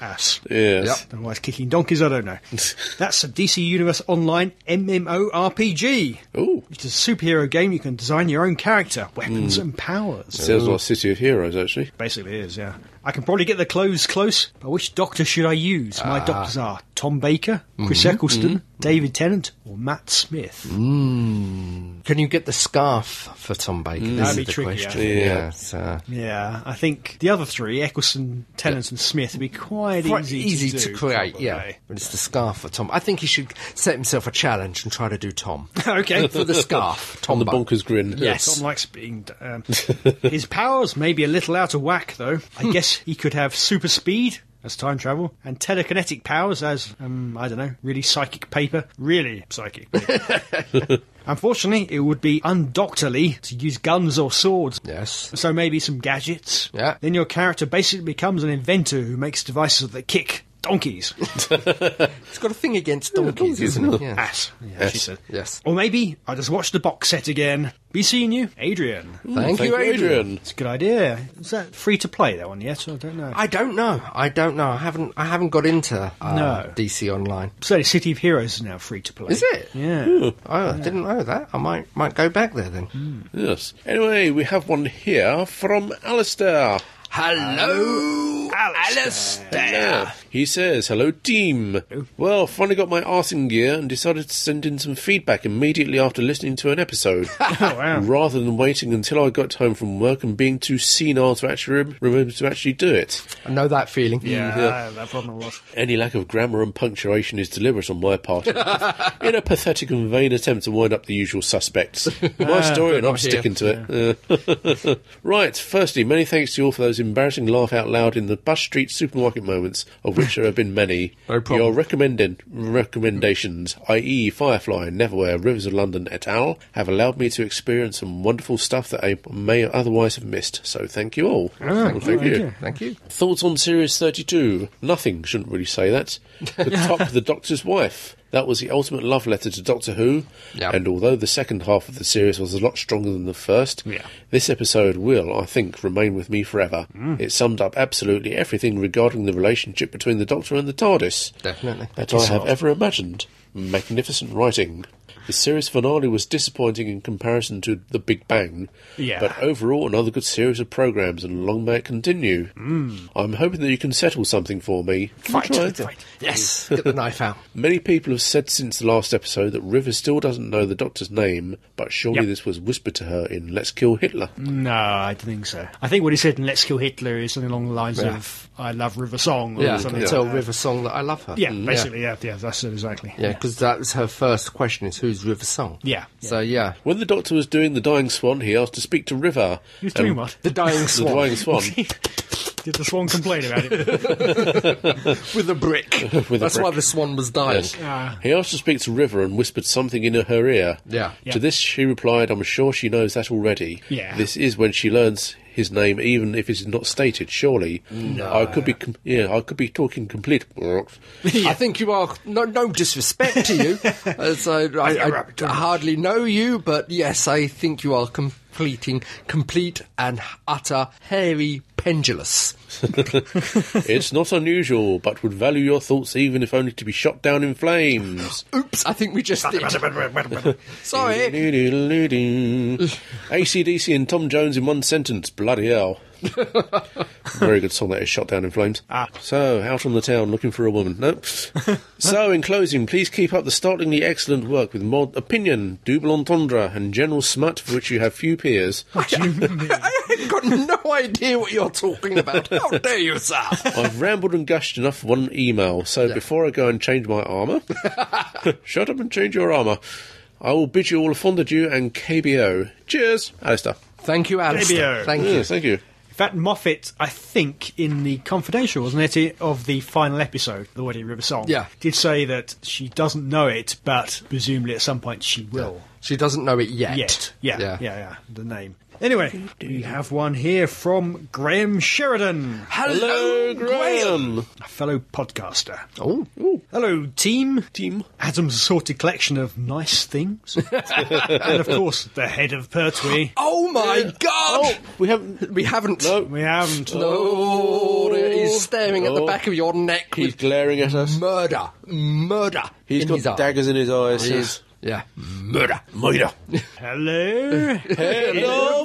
S2: Ass.
S3: Yes.
S2: Don't know why it's kicking donkeys, I don't know. That's a DC Universe Online MMORPG,
S3: Ooh.
S2: which is a superhero game you can design your own character,
S1: Mm.
S2: weapons, and powers.
S3: Sounds like City of Heroes, actually.
S2: Basically, it is, yeah. I can probably get the clothes close, but which doctor should I use? My
S1: Ah.
S2: doctors are Tom Baker, Chris
S1: Mm-hmm.
S2: Eccleston, David Tennant, or Matt Smith.
S1: can you get the scarf for Tom Baker? This
S2: That'd
S1: is
S2: be
S1: the
S2: tricky,
S1: question.
S3: I think. Yeah.
S1: Yes, uh,
S2: Yeah, I think the other three, Eccleston, Tennant, and Smith, would be quite,
S1: quite
S2: easy,
S1: easy
S2: to,
S1: to,
S2: do,
S1: create, yeah.
S2: probably.
S1: But it's the scarf for Tom. I think he should set himself a challenge and try to do Tom
S2: okay.
S1: for the scarf. Tom
S3: On the
S1: Baker.
S3: bonkers grin.
S1: Yes.
S2: Tom likes being. Um, his powers may be a little out of whack, though. I guess he could have super speed as time travel and telekinetic powers as, um, I don't know, really psychic paper. Really psychic paper. Unfortunately, it would be undoctorly to use guns or swords.
S1: Yes.
S2: So maybe some gadgets.
S1: Yeah.
S2: Then your character basically becomes an inventor who makes devices that kick donkeys.
S1: It's got a thing against donkeys, isn't it? Yeah.
S2: Ass. Yeah, she said.
S1: Yes.
S2: Or maybe I just watch the box set again. Be seeing you, Adrian.
S1: Thank, you, Adrian.
S2: It's a good idea. Is that free to play that one yet? I don't know.
S1: I don't know. I don't know. I haven't. I haven't got into uh,
S2: No.
S1: DC Online.
S2: so City of Heroes is now free to play.
S1: Is it?
S2: Yeah.
S1: Oh, I didn't know that. I might might go back there then.
S3: Yes. Anyway, we have one here from Alistair.
S1: Hello,
S3: Yeah. He says, Hello, team. Well, finally got my arse in gear and decided to send in some feedback immediately after listening to an episode. Rather than waiting until I got home from work and being too senile to actually rem- remember to actually do it.
S1: I know that feeling.
S2: Yeah, that problem was.
S3: Any lack of grammar and punctuation is deliberate on my part in a pathetic and vain attempt to wind up the usual suspects.
S1: Ah,
S3: My story, and I'm
S1: here.
S3: sticking to it. Uh, right, firstly, many thanks to you all for those embarrassing laugh out loud in the bus street supermarket moments, of which there have been many.
S1: No problem.
S3: Your recommended recommendations, i.e., Firefly, Neverwhere, Rivers of London, et al., have allowed me to experience some wonderful stuff that I may otherwise have missed. So thank you all. Well, thank you.
S1: Thank you.
S3: Thoughts on Series 32? Nothing, shouldn't really say that. The top, The Doctor's Wife. That was the ultimate love letter to Doctor Who.
S1: Yeah.
S3: And although the second half of the series was a lot stronger than the first,
S2: Yeah.
S3: this episode will, I think, remain with me forever.
S1: Mm.
S3: It summed up absolutely everything regarding the relationship between the Doctor and the TARDIS
S1: Definitely.
S3: that I have ever imagined. Magnificent writing. The series finale was disappointing in comparison to The Big Bang,
S2: Yeah.
S3: but overall another good series of programs, and long may it continue. I'm hoping that you can settle something for me. Can you try?
S1: Yes. Get the knife out.
S3: Many people have said since the last episode that Rivers still doesn't know the Doctor's name, but surely
S2: Yep. Mm.
S3: this was whispered to her in Let's Kill Hitler.
S2: No, I don't think so. I think what he said in Let's Kill Hitler is something along the lines of "I love River Song" or
S1: Yeah. Mm.
S2: something.
S1: Tell
S2: like that.
S1: River Song that I love her.
S2: Yeah, basically, yeah, yeah, that's it exactly.
S1: Yeah, because that was her first question: is who's River Song?
S2: Yeah.
S1: So yeah,
S3: When the Doctor was doing The Dying Swan, he asked to speak to River.
S2: He was
S3: and-
S2: doing what?
S1: Um, the dying
S3: The
S1: swan
S3: Dying Swan.
S2: Did the swan complain about it?
S1: with a brick.
S3: With a
S1: That's why
S3: brick.
S1: the swan was dying.
S3: Yes. he asked to speak to River and whispered something in her ear.
S1: Yeah.
S3: To this she replied, I'm sure she knows that already.
S2: Yeah.
S3: This is when she learns his name, even if it's not stated, surely. No. I could be, com- yeah, I could be talking complete.
S1: I think you are no no disrespect to you. as I, I, I hardly know you, but yes, I think you are completing complete and utter hairy pendulous.
S3: it's not unusual, but would value your thoughts even if only to be shot down in flames.
S1: Oops, I think we just did. Sorry.
S3: ACDC and Tom Jones in one sentence. Bloody hell. Very good song that is shot down in flames.
S1: Ah.
S3: So, out on the town looking for a woman. Nope. so, in closing, please keep up the startlingly excellent work with mod opinion, double entendre, and general smut for which you have few peers.
S1: Oh, I've got no idea what you're talking about. How dare you, sir?
S3: I've rambled and gushed enough for one email, so before I go and change my armour, shut up and change your armour. I will bid you all a fond adieu and KBO. Cheers, Alistair.
S1: Thank you, Alistair.
S2: JBO.
S1: Thank you.
S3: Yes, thank you.
S2: In fact, Moffat, I think, in the confidential, wasn't it, of the final episode, The Wedding River Song,
S1: Yeah.
S2: did say that she doesn't know it, but presumably at some point she will.
S1: She doesn't know it yet.
S2: Yet. Yeah, yeah, yeah, the name. Anyway, we have one here from Graham Sheridan,
S1: Hello,
S3: Graham.
S2: a fellow podcaster.
S1: Oh,
S2: Hello, team.
S3: Team.
S2: Adam's assorted collection of nice things. and of course, the head of Pertwee.
S1: oh my God!
S3: Oh, We haven't.
S1: We haven't.
S3: No.
S2: We haven't.
S1: Oh, he's staring at the
S3: Oh.
S1: back of your neck
S3: He's
S1: with
S3: glaring at us.
S1: murder, murder.
S3: He's
S1: in his
S3: got
S1: eye.
S3: daggers in his eyes.
S1: Yes. Yeah. Murder.
S3: Murder.
S2: Hello.
S3: Hello,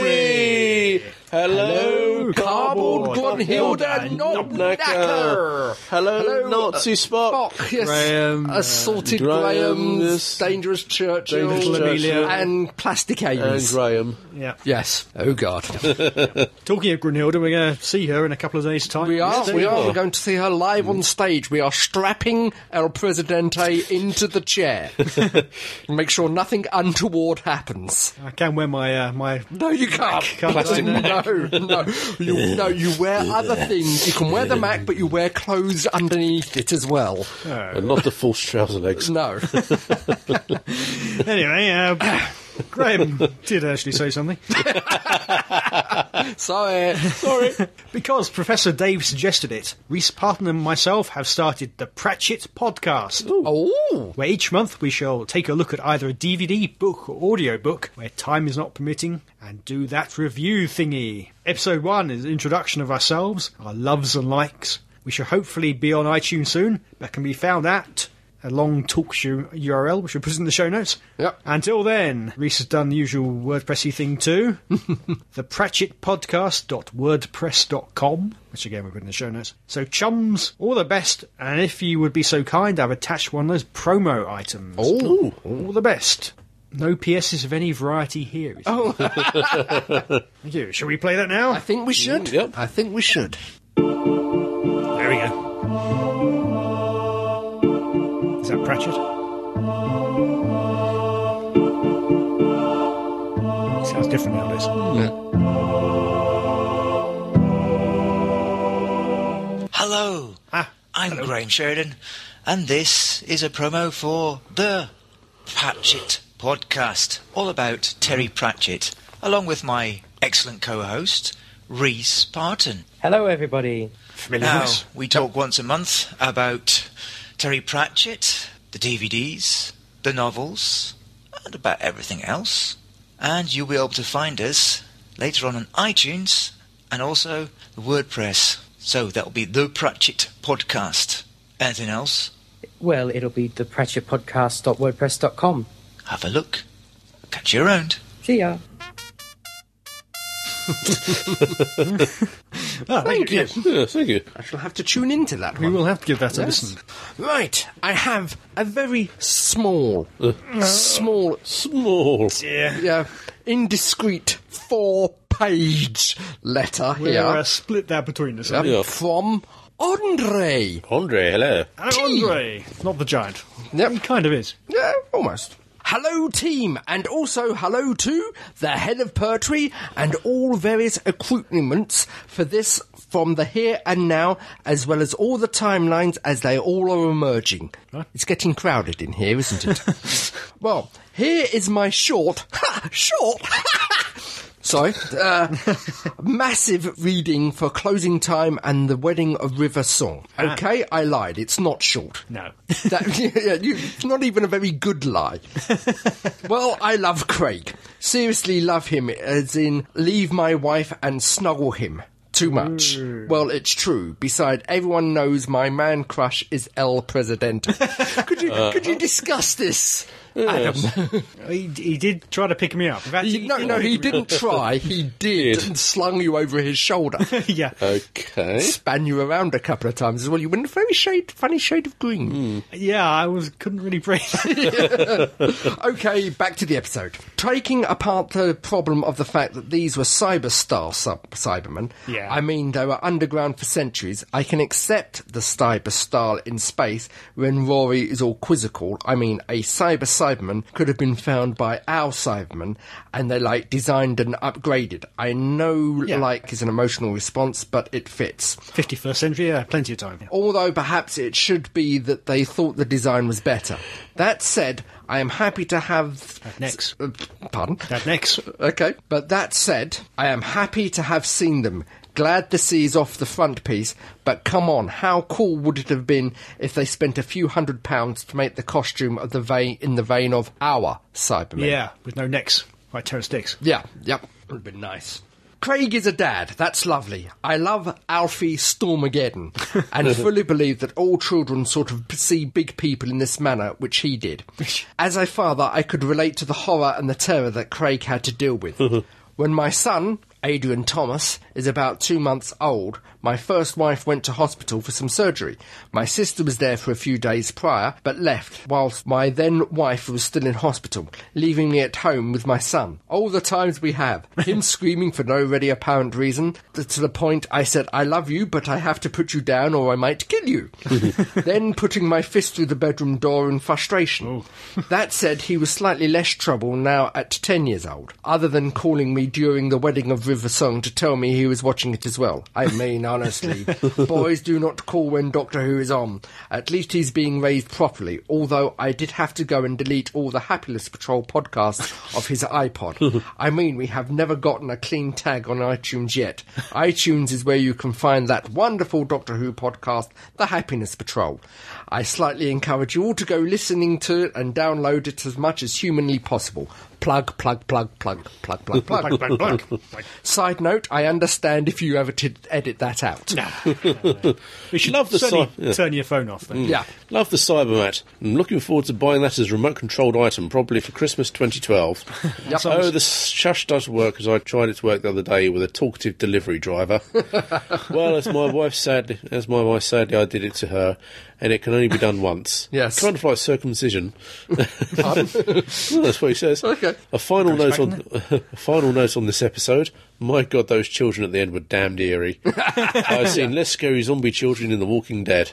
S3: Pertwee. Hello,
S1: Cardboard Glonhilda
S2: Glonhilda
S1: Knobknacker.
S3: Hello, Nazi Spock.
S1: uh, Spock, yes.
S2: Graham, uh,
S1: Assaulted
S3: Graham,
S1: Oh, Graham's,
S3: yes.
S1: Dangerous Churchill,
S3: Dangerous
S2: Little Amelia.
S1: and Plastic
S3: And
S1: Amy's.
S3: Graham.
S2: yeah.
S1: yes. Oh, God.
S2: Talking of Grenilda, we're going to see her in a couple of days' time.
S1: We are, we are.
S3: are.
S1: We're going to see her live on stage. We are strapping El Presidente into the chair. Make sure nothing untoward happens.
S2: I can wear my uh, my.
S1: No, you can't.
S2: Plastic
S1: no, no. You, no, you wear other things. You can wear the Mac, but you wear clothes underneath it as well.
S3: And not the false trouser legs.
S1: No.
S2: Anyway, uh, Graham did actually say something
S1: uh, Sorry.
S2: because Professor Dave suggested it. Reese Parton and myself have started the Pratchett podcast.
S1: Oh.
S2: where each month we shall take a look at either a DVD, book, or audiobook where time is not permitting and do that review thingy. Episode 1 is an introduction of ourselves, our loves and likes. We shall hopefully be on iTunes soon, but can be found at a long talk show URL, which we'll put in the show notes.
S1: Yep.
S2: Until then, Reese has done the usual WordPressy thing too. the pratchettpodcast.wordpress.com, which again we'll put in the show notes. So, chums, all the best. And if you would be so kind, I've attached one of those promo items.
S1: Oh.
S2: All the best. No PSs of any variety here. Oh. Thank you. Shall we play that now?
S1: I think we should.
S3: yep.
S1: I think we should.
S2: There we go. Is that Pratchett? Sounds different nowadays.
S9: Hello,
S2: Ah,
S9: I'm Graham Sheridan, and this is a promo for the Pratchett podcast, all about Terry Pratchett, along with my excellent co-host Reese Parton.
S10: Hello, everybody.
S2: familiar
S9: Now
S2: voice.
S9: we talk once a month about Terry Pratchett, the DVDs, the novels, and about everything else. And you'll be able to find us later on on iTunes and also the WordPress. So that'll be the Pratchett podcast. Anything else?
S10: Well, it'll be the pratchettpodcast.wordpress.com.
S9: Have a look. Catch you around.
S10: See ya.
S1: Thank you.
S3: Yeah, thank you.
S1: I shall have to tune into that
S2: We
S1: one.
S2: will have to give that a listen.
S1: Right, I have a very small, small,
S3: Small.
S1: yeah, indiscreet four-page letter
S2: We're
S1: here um,
S2: uh, split that between us. aren't we?
S3: Yeah.
S1: from Andre.
S3: Andre, hello.
S2: Hello, Andre. Not the giant.
S1: Yep.
S2: He kind of is.
S1: Yeah, almost. Hello, team, and also hello to the head of poetry and all various accoutrements for this from the here and now, as well as all the timelines as they all are emerging. It's getting crowded in here, isn't it? well, here is my short, ha, short, sorry, uh, massive reading for closing time and the wedding of River Song. Okay, I lied. It's not short.
S2: No.
S1: That, yeah, you, it's not even a very good lie. well, I love Craig. Seriously, love him, as in, leave my wife and snuggle him. Too much. Well, it's true. Beside, everyone knows my man crush is El Presidente. Uh, could you could you discuss this, Adam?
S2: He, he did try to pick me up. In fact,
S1: He-
S2: he
S1: no,
S2: did
S1: no,
S2: pick
S1: he
S2: me up.
S1: didn't try. He did, and slung you over his shoulder,
S2: yeah.
S3: Okay.
S1: span you around a couple of times as well. You were in a very shade, funny shade of green.
S2: Yeah, I was couldn't really breathe.
S1: Okay, back to the episode. Taking apart the problem of the fact that these were cyberstar sub- Cybermen,
S2: Yeah.
S1: I mean they were underground for centuries, I can accept the cyberstar in space when Rory is all quizzical. I mean, a cyber Cyberman could have been found by our Cyberman and they like designed and upgraded. I know
S2: Yeah.
S1: like is an emotional response, but it fits.
S2: 51st century, yeah, plenty of time.
S1: Although perhaps it should be that they thought the design was better. That said, I am happy to have
S2: Next.
S1: uh, Pardon?
S2: That next.
S1: Okay. But that said, I am happy to have seen them. Glad the sea is off the front piece, but come on, how cool would it have been if they spent a few hundred pounds to make the costume of the vein in the vein of our Cybermen?
S2: Yeah, with no necks. Like Terrence Dicks.
S1: Yeah, yep. It would have been nice. Craig is a dad. That's lovely. I love Alfie Stormageddon and fully believe that all children sort of see big people in this manner, which he did. As a father, I could relate to the horror and the terror that Craig had to deal with. when my son, Adrian Thomas, is about two months old, my first wife went to hospital for some surgery. My sister was there for a few days prior, but left whilst my then wife was still in hospital, leaving me at home with my son. All the times we have, him screaming for no really apparent reason, t- to the point I said, I love you, but I have to put you down or I might kill you. then putting my fist through the bedroom door in frustration. that said, he was slightly less trouble now at 10 years old, other than calling me during the wedding of River Song to tell me he was watching it as well. I mean, honestly, boys do not call when Doctor Who is on. At least he's being raised properly, although I did have to go and delete all the Happiness Patrol podcasts of his iPod. I mean, we have never gotten a clean tag on iTunes yet. iTunes is where you can find that wonderful Doctor Who podcast, The Happiness Patrol. I slightly encourage you all to go listening to it and download it as much as humanly possible. Plug, plug, plug, plug, plug, plug, plug.
S2: Plug, plug, plug. Like,
S1: Side note, I understand if you ever did edit that out.
S2: you should
S3: Love the
S2: certainly
S3: song, yeah. Mm.
S2: turn your phone off then.
S1: Yeah.
S3: Love the Cybermat. I'm looking forward to buying that as a remote controlled item, probably for Christmas 2012. Oh, the shush does work as I tried it to work the other day with a talkative delivery driver. well, as my wife sadly, as my wife sadly, I did it to her, and it can only be done once.
S1: Yes.
S3: kind of like circumcision. Well, that's what he says.
S1: Okay.
S3: A final note on a final note on this episode. My God, those children at the end were damned eerie. I've seen less scary zombie children in The Walking Dead.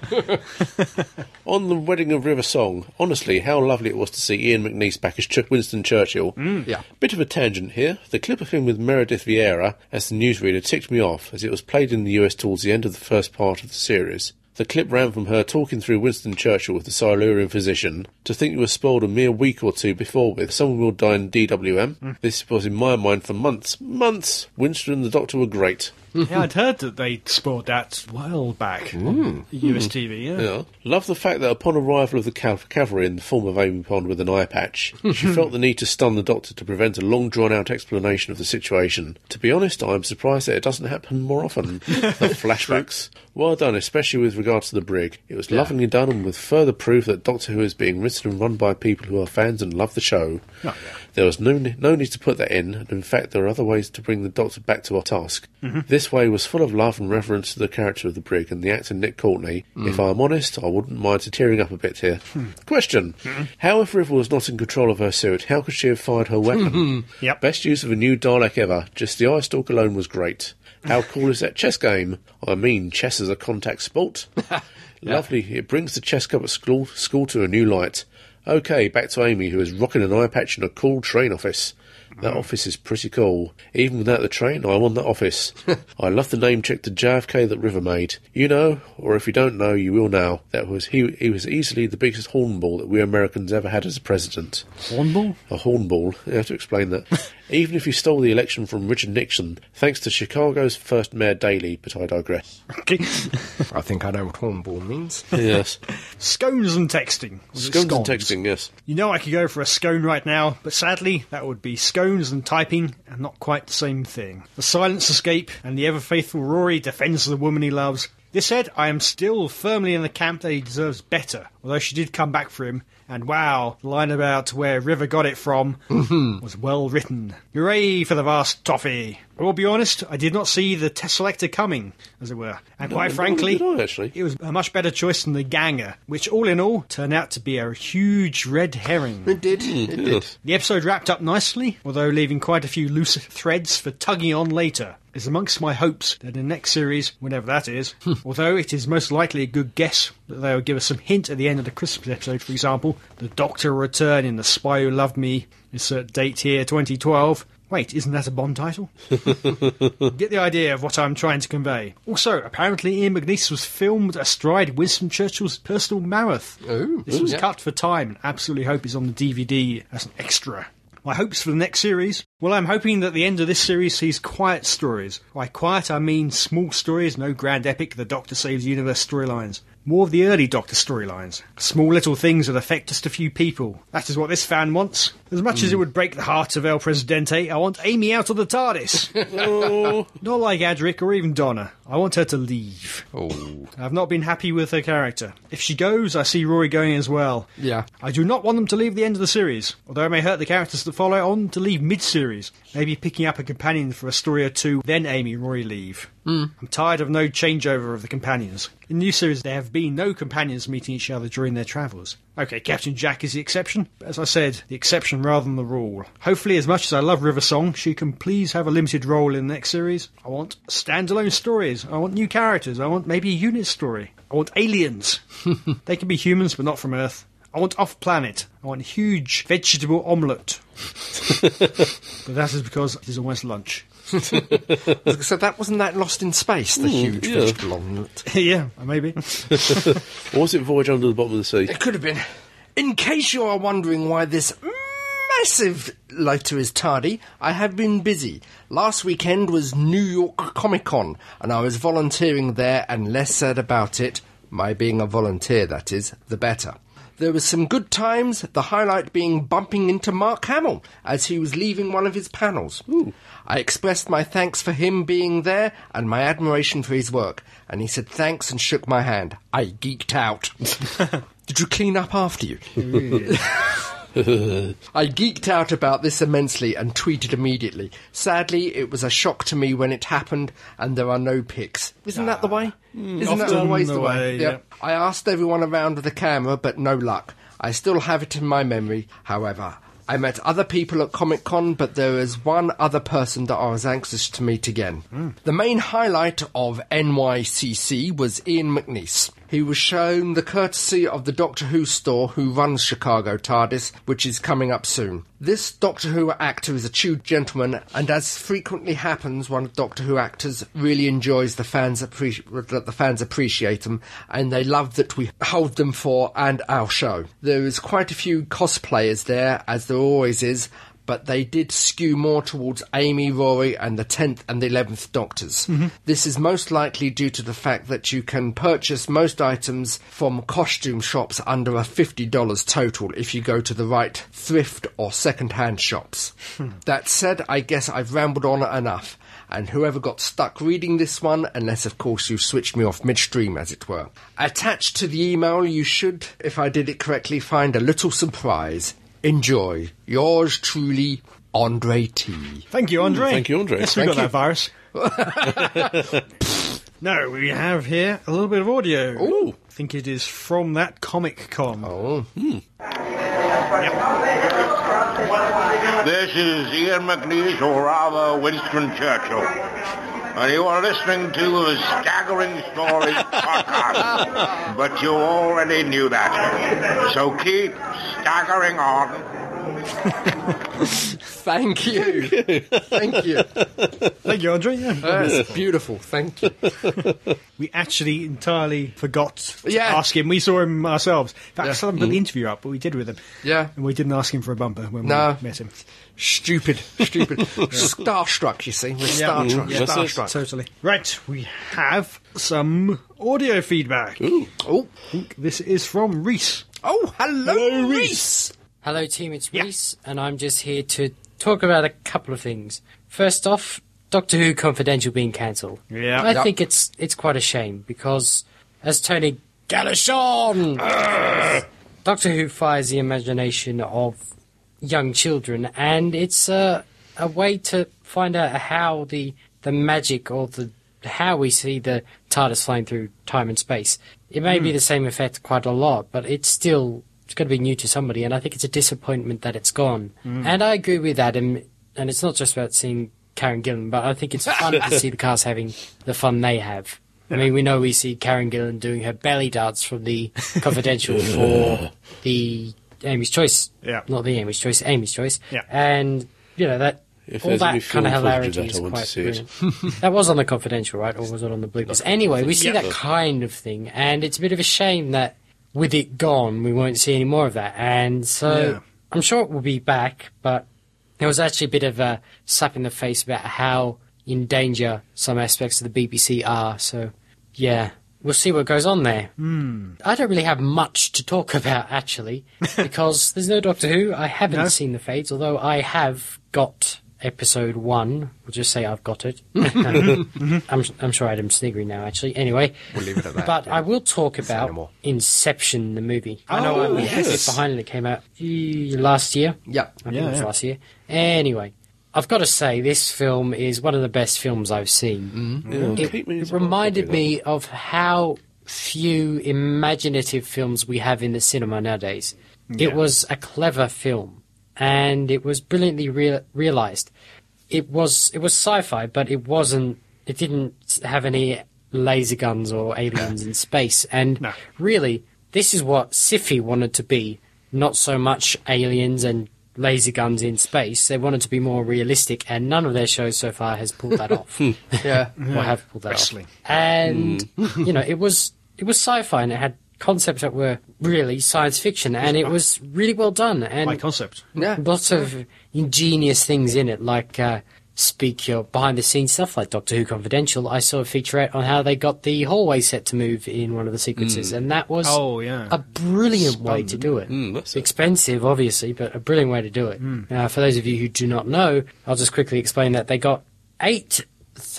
S3: on the wedding of River Song, honestly, how lovely it was to see Ian McNeice back as Ch- Winston Churchill.
S1: Yeah.
S3: Bit of a tangent here. The clip of him with Meredith Vieira as the newsreader ticked me off as it was played in the US towards the end of the first part of the series. The clip ran from her talking through Winston Churchill with the Silurian physician to think you were spoiled a mere week or two before with Someone Will Die in DWM. This was in my mind for months. Months! Winston and the Doctor were great.
S2: yeah, I'd heard that they spoiled that a while back. Mm. US TV, yeah.
S3: Yeah. Love the fact that upon arrival of the cav- cavalry in the form of Amy Pond with an eye patch, she felt the need to stun the doctor to prevent a long drawn out explanation of the situation. To be honest, I'm surprised that it doesn't happen more often. the flashbacks. Well done, especially with regard to the brig. It was lovingly done and with further proof that Doctor Who is being written and run by people who are fans and love the show. There was no, ne- no need to put that in, and in fact, there are other ways to bring the Doctor back to our task. This way was full of love and reverence to the character of the brig and the actor Nick Courtney. If I'm honest, I wouldn't mind tearing up a bit here. Question How, if River was not in control of her suit, how could she have fired her weapon?
S2: Yep.
S3: Best use of a new Dalek ever. Just the eye stalk alone was great. How cool is that chess game? I mean, chess is a contact sport. Lovely. It brings the chess club at school, school to a new light. Okay, back to Amy, who is rocking an eye patch in a cool train office. That office is pretty cool. Even without the train, I want that office. I love the name check to JFK that River made. You know, or if you don't know, you will now. That was he. He was easily the biggest hornball that we Americans ever had as a president.
S2: Hornball?
S3: A hornball. You have to explain that. Even if you stole the election from Richard Nixon, thanks to Chicago's first mayor Daley. But I digress.
S2: Okay.
S1: I think I know what hornball means.
S3: Yes,
S2: Scones and texting. Was it
S3: scones and texting. Yes.
S2: You know I could go for a scone right now, but sadly, that would be scones and typing, and not quite the same thing. The silence escape, and the ever faithful Rory defends the woman he loves. This said, I am still firmly in the camp that he deserves better, although she did come back for him. And wow, the line about where River got it from was well written. Hooray for the vast toffee! I will be honest, I did not see the Tesselector coming, as it were. And quite
S3: nor
S2: frankly,
S3: did I, actually.
S2: it was a much better choice than the Ganger, which all in all turned out to be a huge red herring.
S1: It did. It did.
S3: Yes.
S2: The episode wrapped up nicely, although leaving quite a few loose threads for tugging on later. It's amongst my hopes that in the next series, whenever that is,
S1: Hmm.
S2: although it is most likely a good guess that they will give us some hint at the end of the Christmas episode, for example, the Doctor will return in The Spy Who Loved Me, insert date here, 2012. Wait, isn't that a Bond title? Get the idea of what I'm trying to convey. Also, apparently Ian McNeice was filmed astride Winston Churchill's personal mammoth.
S1: Oh,
S2: this was
S1: yeah.
S2: cut for time and absolutely hope is on the DVD as an extra. My hopes for the next series? Well, I'm hoping that the end of this series sees quiet stories. By quiet, I mean small stories, no grand epic, the Doctor Saves the Universe storylines. More of the early Doctor storylines. Small little things that affect just a few people. That is what this fan wants. As much as it would break the heart of El Presidente, I want Amy out of the TARDIS. Not like Adric or even Donna. I want her to leave.
S1: Oh.
S2: I've not been happy with her character. If she goes, I see Rory going as well.
S1: Yeah.
S2: I do not want them to leave the end of the series, although it may hurt the characters that follow on to leave mid series, maybe picking up a companion for a story or two, then Amy and Rory leave. Mm. I'm tired of no changeover of the companions. In the new series, there have been no companions meeting each other during their travels. Okay, Captain Jack is the exception, but as I said, the exception rather than the rule. Hopefully, as much as I love River Song, she can please have a limited role in the next series. I want standalone stories, I want new characters, I want maybe a unit story. I want aliens. they can be humans, but not from Earth. I want off planet. I want huge vegetable omelette. but that is because it is almost lunch.
S1: So that wasn't that lost in space, the huge
S3: yeah.
S1: vegetable omelette.
S2: yeah, maybe.
S3: Or was it Voyage Under the Bottom of the Sea?
S1: It could have been. In case you are wondering why this massive letter is tardy, I have been busy. Last weekend was New York Comic Con, and I was volunteering there, and less said about it, my being a volunteer, that is, the better. There were some good times, the highlight being bumping into Mark Hamill as he was leaving one of his panels. I expressed my thanks for him being there and my admiration for his work, and he said thanks and shook my hand. I geeked out. Did you clean up after you? I geeked out about this immensely and tweeted immediately. Sadly, it was a shock to me when it happened, and there are no pics. Isn't that the way? Isn't that
S2: Hmm. often
S1: always
S2: the
S1: the way?
S2: way, yeah.
S1: I asked everyone around with a camera, but no luck. I still have it in my memory, however. I met other people at Comic Con, but there is one other person that I was anxious to meet again.
S2: Hmm.
S1: The main highlight of NYCC was Ian McNeice. He was shown the courtesy of the Doctor Who store who runs Chicago TARDIS, which is coming up soon. This Doctor Who actor is a true gentleman, and as frequently happens, one of Doctor Who actors really enjoys the fans appre- that the fans appreciate them, and they love that we hold them for and our show. There is quite a few cosplayers there, as there always is, but they did skew more towards Amy, Rory, and the 10th and the 11th Doctors. This is most likely due to the fact that you can purchase most items from costume shops under a $50 total if you go to the right thrift or second-hand shops. That said, I guess I've rambled on enough. And whoever got stuck reading this one, unless of course you switched me off midstream, as it were. Attached to the email, you should, if I did it correctly, find a little surprise. Enjoy. Yours truly, Andre T.
S2: Thank you, Andre.
S3: Thank you, Andre.
S2: Yes, we
S3: Thank
S2: got that virus. no, we have here a little bit of audio.
S3: Ooh.
S2: I think it is from that Comic Con.
S1: Oh,
S11: This is Ian McNeice, or rather Winston Churchill. And you are listening to the Staggering Stories podcast. But you already knew that. So keep staggering on.
S1: thank you. thank you.
S2: Thank you, Andre. Yeah.
S3: Uh.
S1: That's beautiful. Thank you.
S2: We actually entirely forgot to
S1: Yeah.
S2: ask him. We saw him ourselves. In fact, someone
S3: Mm-hmm.
S2: put the interview up, but we did with him.
S1: Yeah.
S2: And we didn't ask him for a bumper when
S1: No.
S2: we met him.
S1: Stupid, stupid. Starstruck, you see. We're starstruck.
S2: Yeah,
S3: That's it.
S1: Starstruck.
S2: Totally. Right, we have some audio feedback.
S1: Oh,
S2: This is from Reese.
S1: oh, hello, Reese.
S10: Hello, team. It's Reese, and I'm just here to talk about a couple of things. First off, Doctor Who Confidential being cancelled.
S2: Yeah.
S10: I
S1: Yeah.
S10: think it's it's quite a shame because, as Tony Gallishon,
S2: Ah.
S10: Doctor Who fires the imagination of young children, and it's a a way to find out how the the magic or the how we see the TARDIS flying through time and space. It may be the same effect quite a lot, but it's still it's going to be new to somebody, and I think it's a disappointment that it's gone.
S3: Mm.
S10: And I agree with Adam, and it's not just about seeing Karen Gillan, but I think it's fun to see the cast having the fun they have. I mean, we know we see Karen Gillan doing her belly dance from the confidential for the Amy's Choice.
S2: Yeah.
S10: Not the Amy's Choice, Amy's Choice.
S2: Yeah.
S10: And, you know, that.
S3: If
S10: all
S3: there's any
S10: that kind of
S3: film footage of
S10: hilarity
S3: that,
S10: is
S3: I want to
S10: quite
S3: see it.
S10: brilliant. that was on the confidential, right? Or was it on the bloopers? Anyway, we see that kind of thing, and it's a bit of a shame that with it gone, we won't see any more of that. And so
S2: Yeah.
S10: I'm sure it will be back, but there was actually a bit of a slap in the face about how in danger some aspects of the BBC are. So, yeah, we'll see what goes on there.
S2: Hmm.
S10: I don't really have much to talk about actually, because there's no Doctor Who. I haven't seen the Fades, although I have got episode one. We'll just say I've got it.
S2: Mm-hmm.
S10: I'm, I'm sure Adam's sniggering now. Actually, anyway, we'll leave it at that. But I will talk
S1: more.
S10: about Inception, the movie. I
S2: Oh,
S10: know I'm
S2: yes.
S10: behind it came out eh, last year.
S1: Yeah.
S10: I think
S2: Yeah,
S10: it was
S2: yeah.
S10: last year. Anyway, I've got to say, this film is one of the best films I've seen. It,
S3: keep me
S10: it
S3: as a
S10: reminded
S3: copy
S10: me of how few imaginative films we have in the cinema nowadays. It was a clever film, and it was brilliantly rea- realized. It was it was sci-fi, but it wasn't. It didn't have any laser guns or aliens in space. And really, this is what Sci-fi wanted to be. Not so much aliens and laser guns in space. They wanted to be more realistic, and none of their shows so far has pulled that off.
S1: Yeah.
S10: Or have pulled that off.
S2: Wrestling.
S10: And you know, it was it was sci-fi, and it had concepts that were really science fiction, and it was really well done. And
S2: My concept.
S1: Yeah.
S10: lots of ingenious things in it, like uh, speak your behind the scenes stuff like Doctor Who Confidential, I saw a featurette on how they got the hallway set to move in one of the sequences,
S2: Mm.
S10: and that was
S2: Oh, yeah.
S10: a brilliant way to
S2: Spun,
S10: do it.
S3: Mm,
S10: Expensive, obviously, but a brilliant way to do it.
S1: Hmm.
S2: Mm.
S10: Now, for those of you who do not know, I'll just quickly explain that they got eight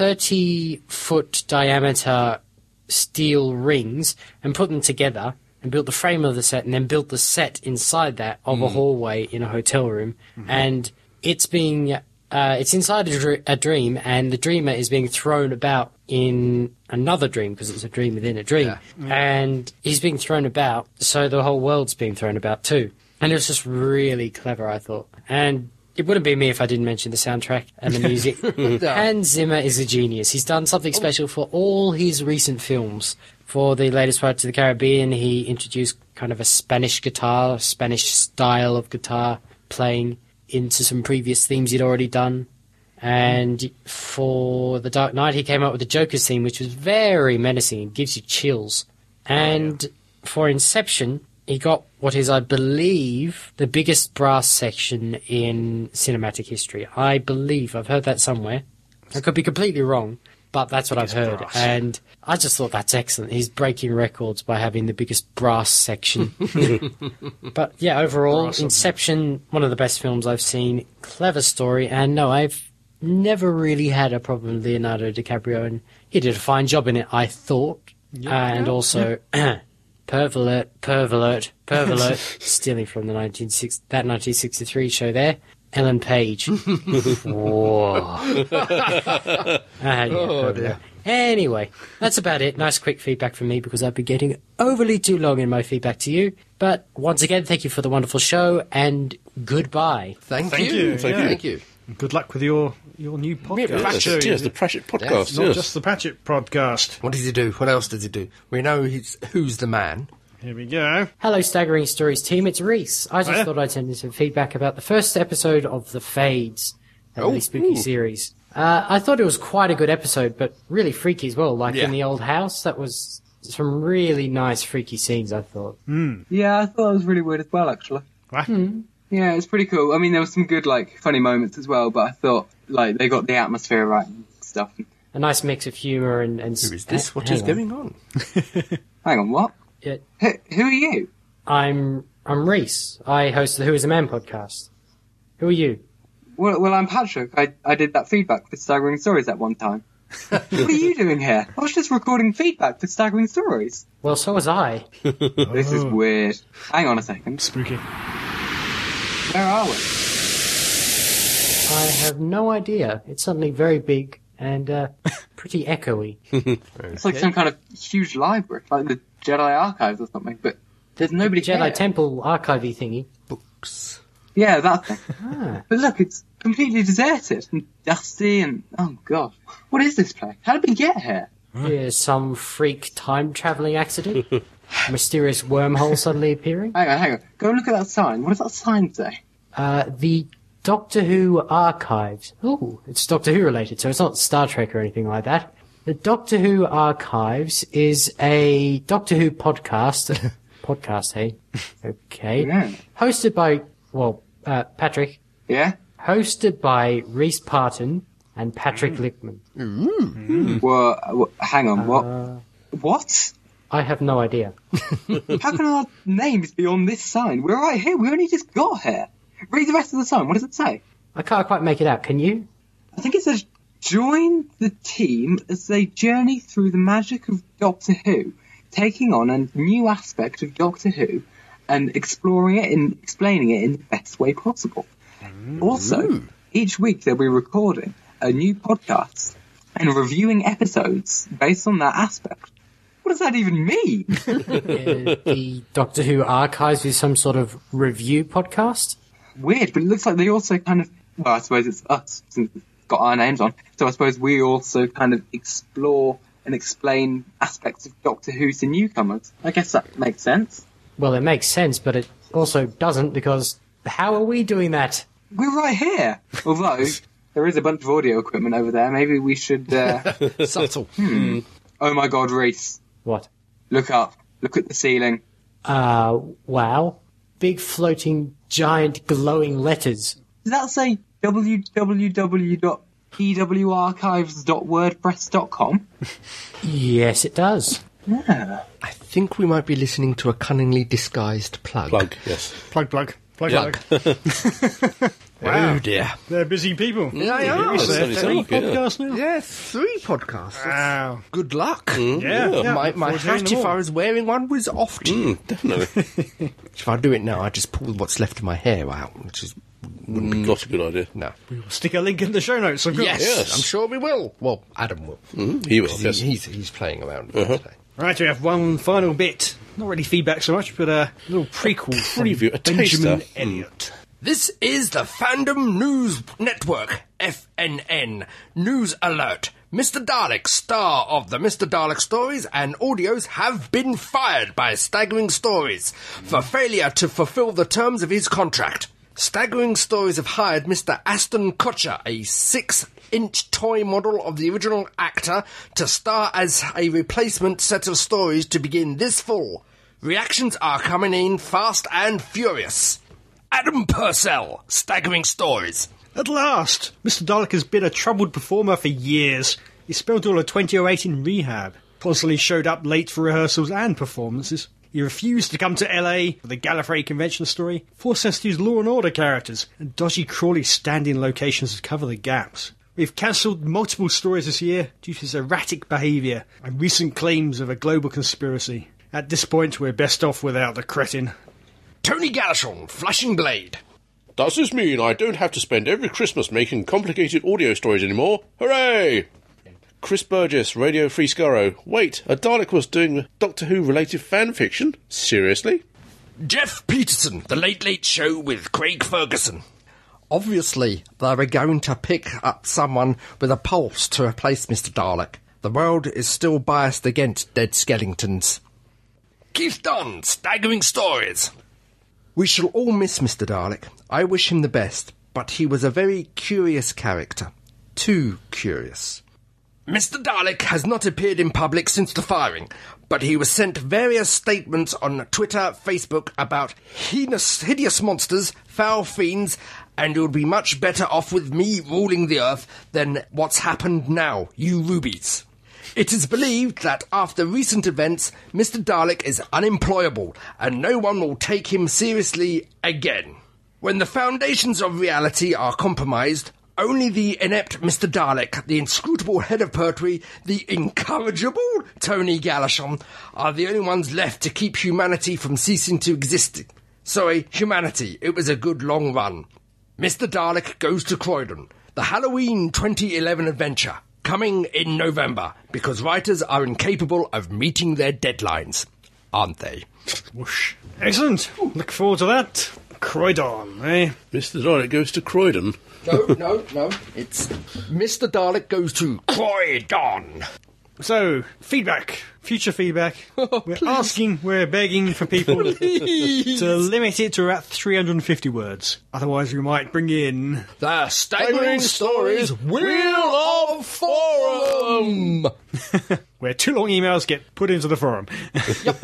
S10: 30 foot diameter steel rings and put them together and built the frame of the set and then built the set inside that of a
S12: Mm.
S10: hallway in a hotel room
S12: Mhm.
S10: and it's being uh, it's inside a, dr- a dream and the dreamer is being thrown about in another dream because it's a dream within a dream and he's being thrown about so the whole world's being thrown about too and it was just really clever i thought and it wouldn't be me if I didn't mention the soundtrack and the music. Hans Zimmer is a genius. He's done something special for all his recent films. For the latest Pirates of the Caribbean, he introduced kind of a Spanish guitar, a Spanish style of guitar playing into some previous themes he'd already done. And for The Dark Knight, he came up with the Joker's theme, which was very menacing and gives you chills. And for Inception, he got what is, I believe, the biggest brass section in cinematic history. I believe. I've heard that somewhere. I could be completely wrong, but that's what I've heard. And I just thought that's excellent. He's breaking records by having the biggest brass section. but yeah, overall,
S12: Brass,
S10: Inception, one of the best films I've seen. Clever story. And no, I've never really had a problem with Leonardo DiCaprio, and he did a fine job in it, I thought. And
S12: Yeah.
S10: also, Pervert, Pervert, Pervert, stealing from the 1960, that 1963 show there, Ellen Page. Whoa. Ah, yeah,
S12: Oh,
S10: Pervert.
S12: dear.
S10: Anyway, that's about it. Nice quick feedback from me because I've been getting overly too long in my feedback to you. But once again, thank you for the wonderful show and goodbye.
S1: Thank,
S2: yeah. Good luck with your your new podcast. too. It's not just the Pratchett podcast.
S1: What does he do? What else does he do? We know he's who's the man.
S2: Here we go.
S10: Hello, Staggering Stories team. It's Reese. I just
S1: Hiya.
S10: thought I'd send in some feedback about the first episode of The Fades, the
S12: Oh,
S10: really spooky
S12: ooh.
S10: series. Uh, I thought it was quite a good episode, but really freaky as well. Like
S12: Yeah.
S10: in the old house, that was some really nice freaky scenes. I thought.
S7: Yeah, I thought it was really weird as well, actually.
S10: Hmm.
S7: Yeah, it's pretty cool. I mean, there was some good, like, funny moments as well, but I thought, like, they got the atmosphere right and stuff.
S10: A nice mix of humour and, and
S1: who is
S7: this? What
S10: What
S7: is
S10: is
S7: going
S1: on?
S7: Hang on, what?
S10: Yeah.
S7: Who, who are you?
S10: I'm I'm Reese. I host the Who Is a Man podcast. Who are you?
S7: Well, well I'm Patrick. I, I did that feedback for Staggering Stories at one time. what are you doing here? I was just recording feedback for Staggering Stories.
S10: Well, so was I.
S7: this is weird. Hang on a second.
S2: Spooky.
S7: Where are we?
S10: I have no idea. It's suddenly very big and uh, pretty echoey.
S7: It's like some kind of huge library, like the Jedi Archives or something, but there's nobody
S10: Jedi
S7: here.
S10: Temple archivey thingy.
S1: Books.
S7: Yeah, that thing.
S10: Ah.
S7: But look, it's completely deserted and dusty and oh god, what is this place? How did we get here?
S10: Yeah, some freak time traveling accident. Mysterious wormhole suddenly appearing.
S7: Hang on, hang on. Go and look at that sign. What does that sign say?
S10: Uh, the Doctor Who archives. Ooh, it's Doctor Who related, so it's not Star Trek or anything like that. The Doctor Who archives is a Doctor Who podcast. podcast, hey? Okay. Hosted by, well, uh, Patrick.
S7: Yeah?
S10: Hosted by Reese Parton and Patrick
S7: Mm.
S10: Lickman.
S7: Well, uh, well, hang on. What? what?
S10: I have no idea.
S7: How can our names be on this sign? We're right here. We only just got here. Read the rest of the sign. What does it say?
S10: I can't quite make it out. Can you?
S7: I think it says join the team as they journey through the magic of Doctor Who, taking on a new aspect of Doctor Who and exploring it and explaining it in the best way possible. Also, each week they'll be recording a new podcast and reviewing episodes based on that aspect. What does that even mean?
S10: Uh, the Doctor Who archives is some sort of review podcast.
S7: Weird, but it looks like they also kind of. Well, I suppose it's us since we've got our names on. So I suppose we also kind of explore and explain aspects of Doctor Who to newcomers. I guess that makes sense.
S10: Well, it makes sense, but it also doesn't because how are we doing that?
S7: We're right here. Although there is a bunch of audio equipment over there, maybe we should. Uh...
S1: Subtle.
S7: Hmm. Oh my God, Reese!
S10: What?
S7: Look up. Look at the ceiling.
S10: Uh, wow. Big floating giant glowing letters.
S7: Does that say www. pwarchives.wordpress.com?
S10: Yes, it does.
S7: Yeah.
S1: I think we might be listening to a cunningly disguised plug.
S3: Plug, yes.
S2: Plug, plug, plug,
S1: Plug.
S2: plug.
S1: Oh dear.
S2: They're busy people.
S1: Yeah, they are.
S2: Is there
S1: Certainly
S2: three
S1: sound, yeah.
S2: podcasts now?
S1: Yeah, three podcasts.
S2: Wow.
S1: Good luck.
S3: Mm.
S2: Yeah, Yeah. yeah,
S1: My,
S2: look forward
S1: my
S2: to hearing
S1: hat,
S2: them
S1: if I
S2: all.
S1: was wearing one, was off to
S3: Mm.
S1: you.
S3: Hmm, Definitely.
S1: If I do it now, I just pull what's left of my hair out, which is wouldn't be good.
S3: Not a good idea.
S1: No.
S2: We'll stick a link in the show notes, of course.
S1: Yes, I'm sure we will. Well, Adam will.
S3: Mm, he will,
S1: 'Cause
S3: yes.
S1: He's, he's playing around with
S3: Uh-huh.
S1: it today.
S2: Right, we have one final bit. Not really feedback so much, but a little prequel. from
S3: preview, a
S2: Benjamin
S3: taster.
S2: Elliot.
S1: This is the Fandom News Network, FNN. News alert. Mr. Dalek, star of the Mr. Dalek stories and audios, have been fired by Staggering Stories for failure to fulfill the terms of his contract. Staggering Stories have hired Mr. Aston Kutcher, a six inch toy model of the original actor, to star as a replacement set of stories to begin this fall. Reactions are coming in fast and furious. Adam Purcell, Staggering Stories.
S2: At last! Mr. Dalek has been a troubled performer for years. He spent all of 2008 in rehab, constantly showed up late for rehearsals and performances. He refused to come to LA for the Gallifrey Convention story, forced us to use Law and Order characters and dodgy Crawley stand-in locations to cover the gaps. We've cancelled multiple stories this year due to his erratic behaviour and recent claims of a global conspiracy. At this point, we're best off without the cretin.
S1: Tony Galshon, Flashing Blade.
S3: Does this mean I don't have to spend every Christmas making complicated audio stories anymore? Hooray! Chris Burgess, Radio Free Scarrow. Wait, a Dalek was doing Doctor Who related fan fiction? Seriously?
S1: Jeff Peterson, The Late Late Show with Craig Ferguson. Obviously, they are going to pick up someone with a pulse to replace Mr. Dalek. The world is still biased against dead skeletons. Keith Dunn, Staggering Stories. We shall all miss Mr. Dalek. I wish him the best, but he was a very curious character. Too curious. Mr. Dalek has not appeared in public since the firing, but he was sent various statements on Twitter, Facebook about heinous, hideous monsters, foul fiends, and it would be much better off with me ruling the earth than what's happened now, you rubies. It is believed that after recent events, Mr. Dalek is unemployable and no one will take him seriously again. When the foundations of reality are compromised, only the inept Mr. Dalek, the inscrutable head of poetry, the incorrigible Tony Galishon are the only ones left to keep humanity from ceasing to exist. Sorry, humanity. It was a good long run. Mr. Dalek goes to Croydon. The Halloween 2011 adventure. Coming in November, because writers are incapable of meeting their deadlines. Aren't they?
S2: Whoosh. Excellent. Look forward to that. Croydon, eh?
S3: Mr. Dalek goes to Croydon.
S1: No, no, no. It's Mr. Dalek goes to Croydon.
S2: So, feedback, future feedback.
S3: Oh,
S2: we're asking, we're begging for people to limit it to about 350 words. Otherwise, we might bring in.
S1: The staggering stories Wheel of Forum.
S2: where too long emails get put into the forum.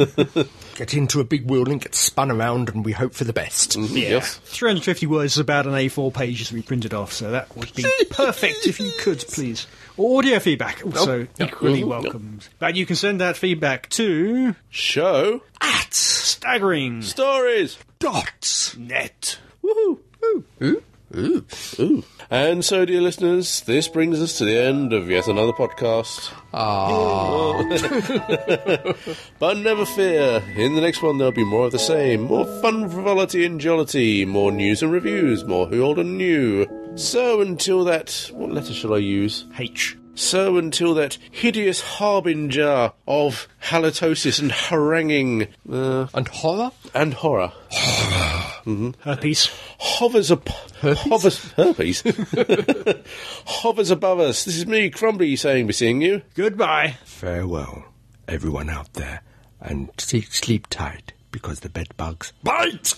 S1: Get into a big wheel and get spun around, and we hope for the best.
S3: Yes.
S2: 350 words is about an A4 page as we printed off, so that would be perfect if you could, please. Audio feedback also equally
S3: Nope.
S2: welcomed. But you can send that feedback to
S3: Show
S1: At
S2: staggering
S3: stories.
S1: dot
S2: net.
S3: Woohoo! Ooh. Ooh. Ooh. Ooh. And so, dear listeners, this brings us to the end of yet another podcast.
S1: Ah.
S3: But never fear, in the next one there'll be more of the same. More fun, frivolity, and jollity. More news and reviews. More who old and new. So until that, what letter shall I use?
S2: H.
S3: So until that hideous harbinger of halitosis and haranguing uh,
S1: and horror.
S3: and horror
S2: Herpes.
S3: hovers up, hovers herpes hovers above us. This is me, Crumbly, saying we're seeing you.
S2: Goodbye.
S1: Farewell, everyone out there, and see- sleep tight because the bed bugs bite.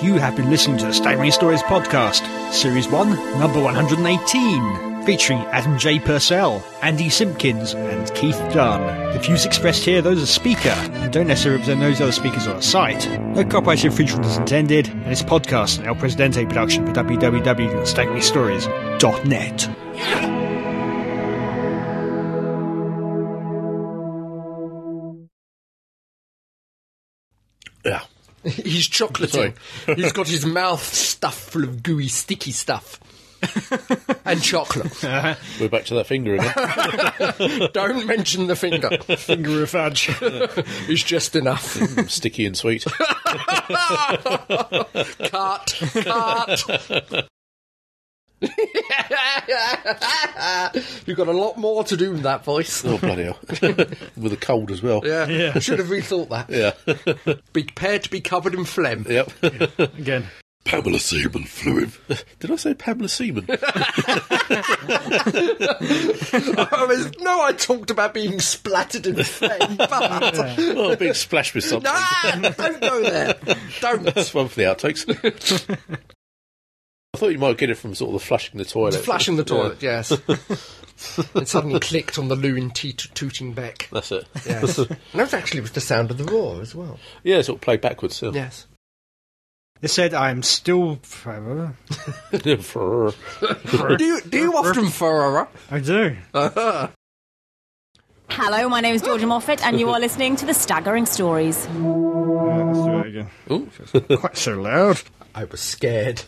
S2: You have been listening to the Staggering Stories podcast, series 1, number 118. featuring Adam J. Purcell, Andy Simpkins, and Keith Dunn. The views expressed here, those of speaker, and don't necessarily represent those other speakers on our site. No copyrighted infringement is intended, and this podcast an El Presidente production for www.staggeringstories.net.
S3: Yeah.
S1: He's chocolating. He's got his mouth stuffed full of gooey, sticky stuff. and chocolate.
S3: We're back to that finger again.
S1: Don't mention the finger.
S2: Finger of fudge.
S1: it's just enough.
S3: Mm, sticky and sweet.
S1: Cut. Cut. You've got a lot more to do with that voice.
S3: Oh, bloody hell. With a cold as well.
S1: Yeah.
S2: Yeah.
S1: Should have rethought that.
S3: Yeah.
S1: Be prepared to be covered in phlegm.
S3: Yep.
S2: Again.
S6: Pamela Seaman flew in.
S3: Did I say Pamela Seaman?
S1: I was, Oh, no, I talked about being splattered in phlegm, but.
S3: oh, a big splash with something.
S1: Ah, don't go there. Don't.
S3: That's one for the outtakes. I thought you might get it from sort of the flushing the toilet.
S1: Flash in the toilet, yes. it suddenly clicked on the loo and tea tooting back.
S3: That's it.
S1: Yes. and that actually was the sound of the roar as well.
S3: Yeah, sort of play backwards. Yeah.
S1: Yes.
S2: They said, I'm still. forever."
S3: For-
S1: do you, do you often furrow?
S2: I do.
S1: Uh-huh.
S4: Hello, my name is Georgia Moffat, and you are listening to the Staggering Stories.
S2: Yeah, let's do that again.
S3: Ooh.
S2: Quite so loud.
S1: I was scared.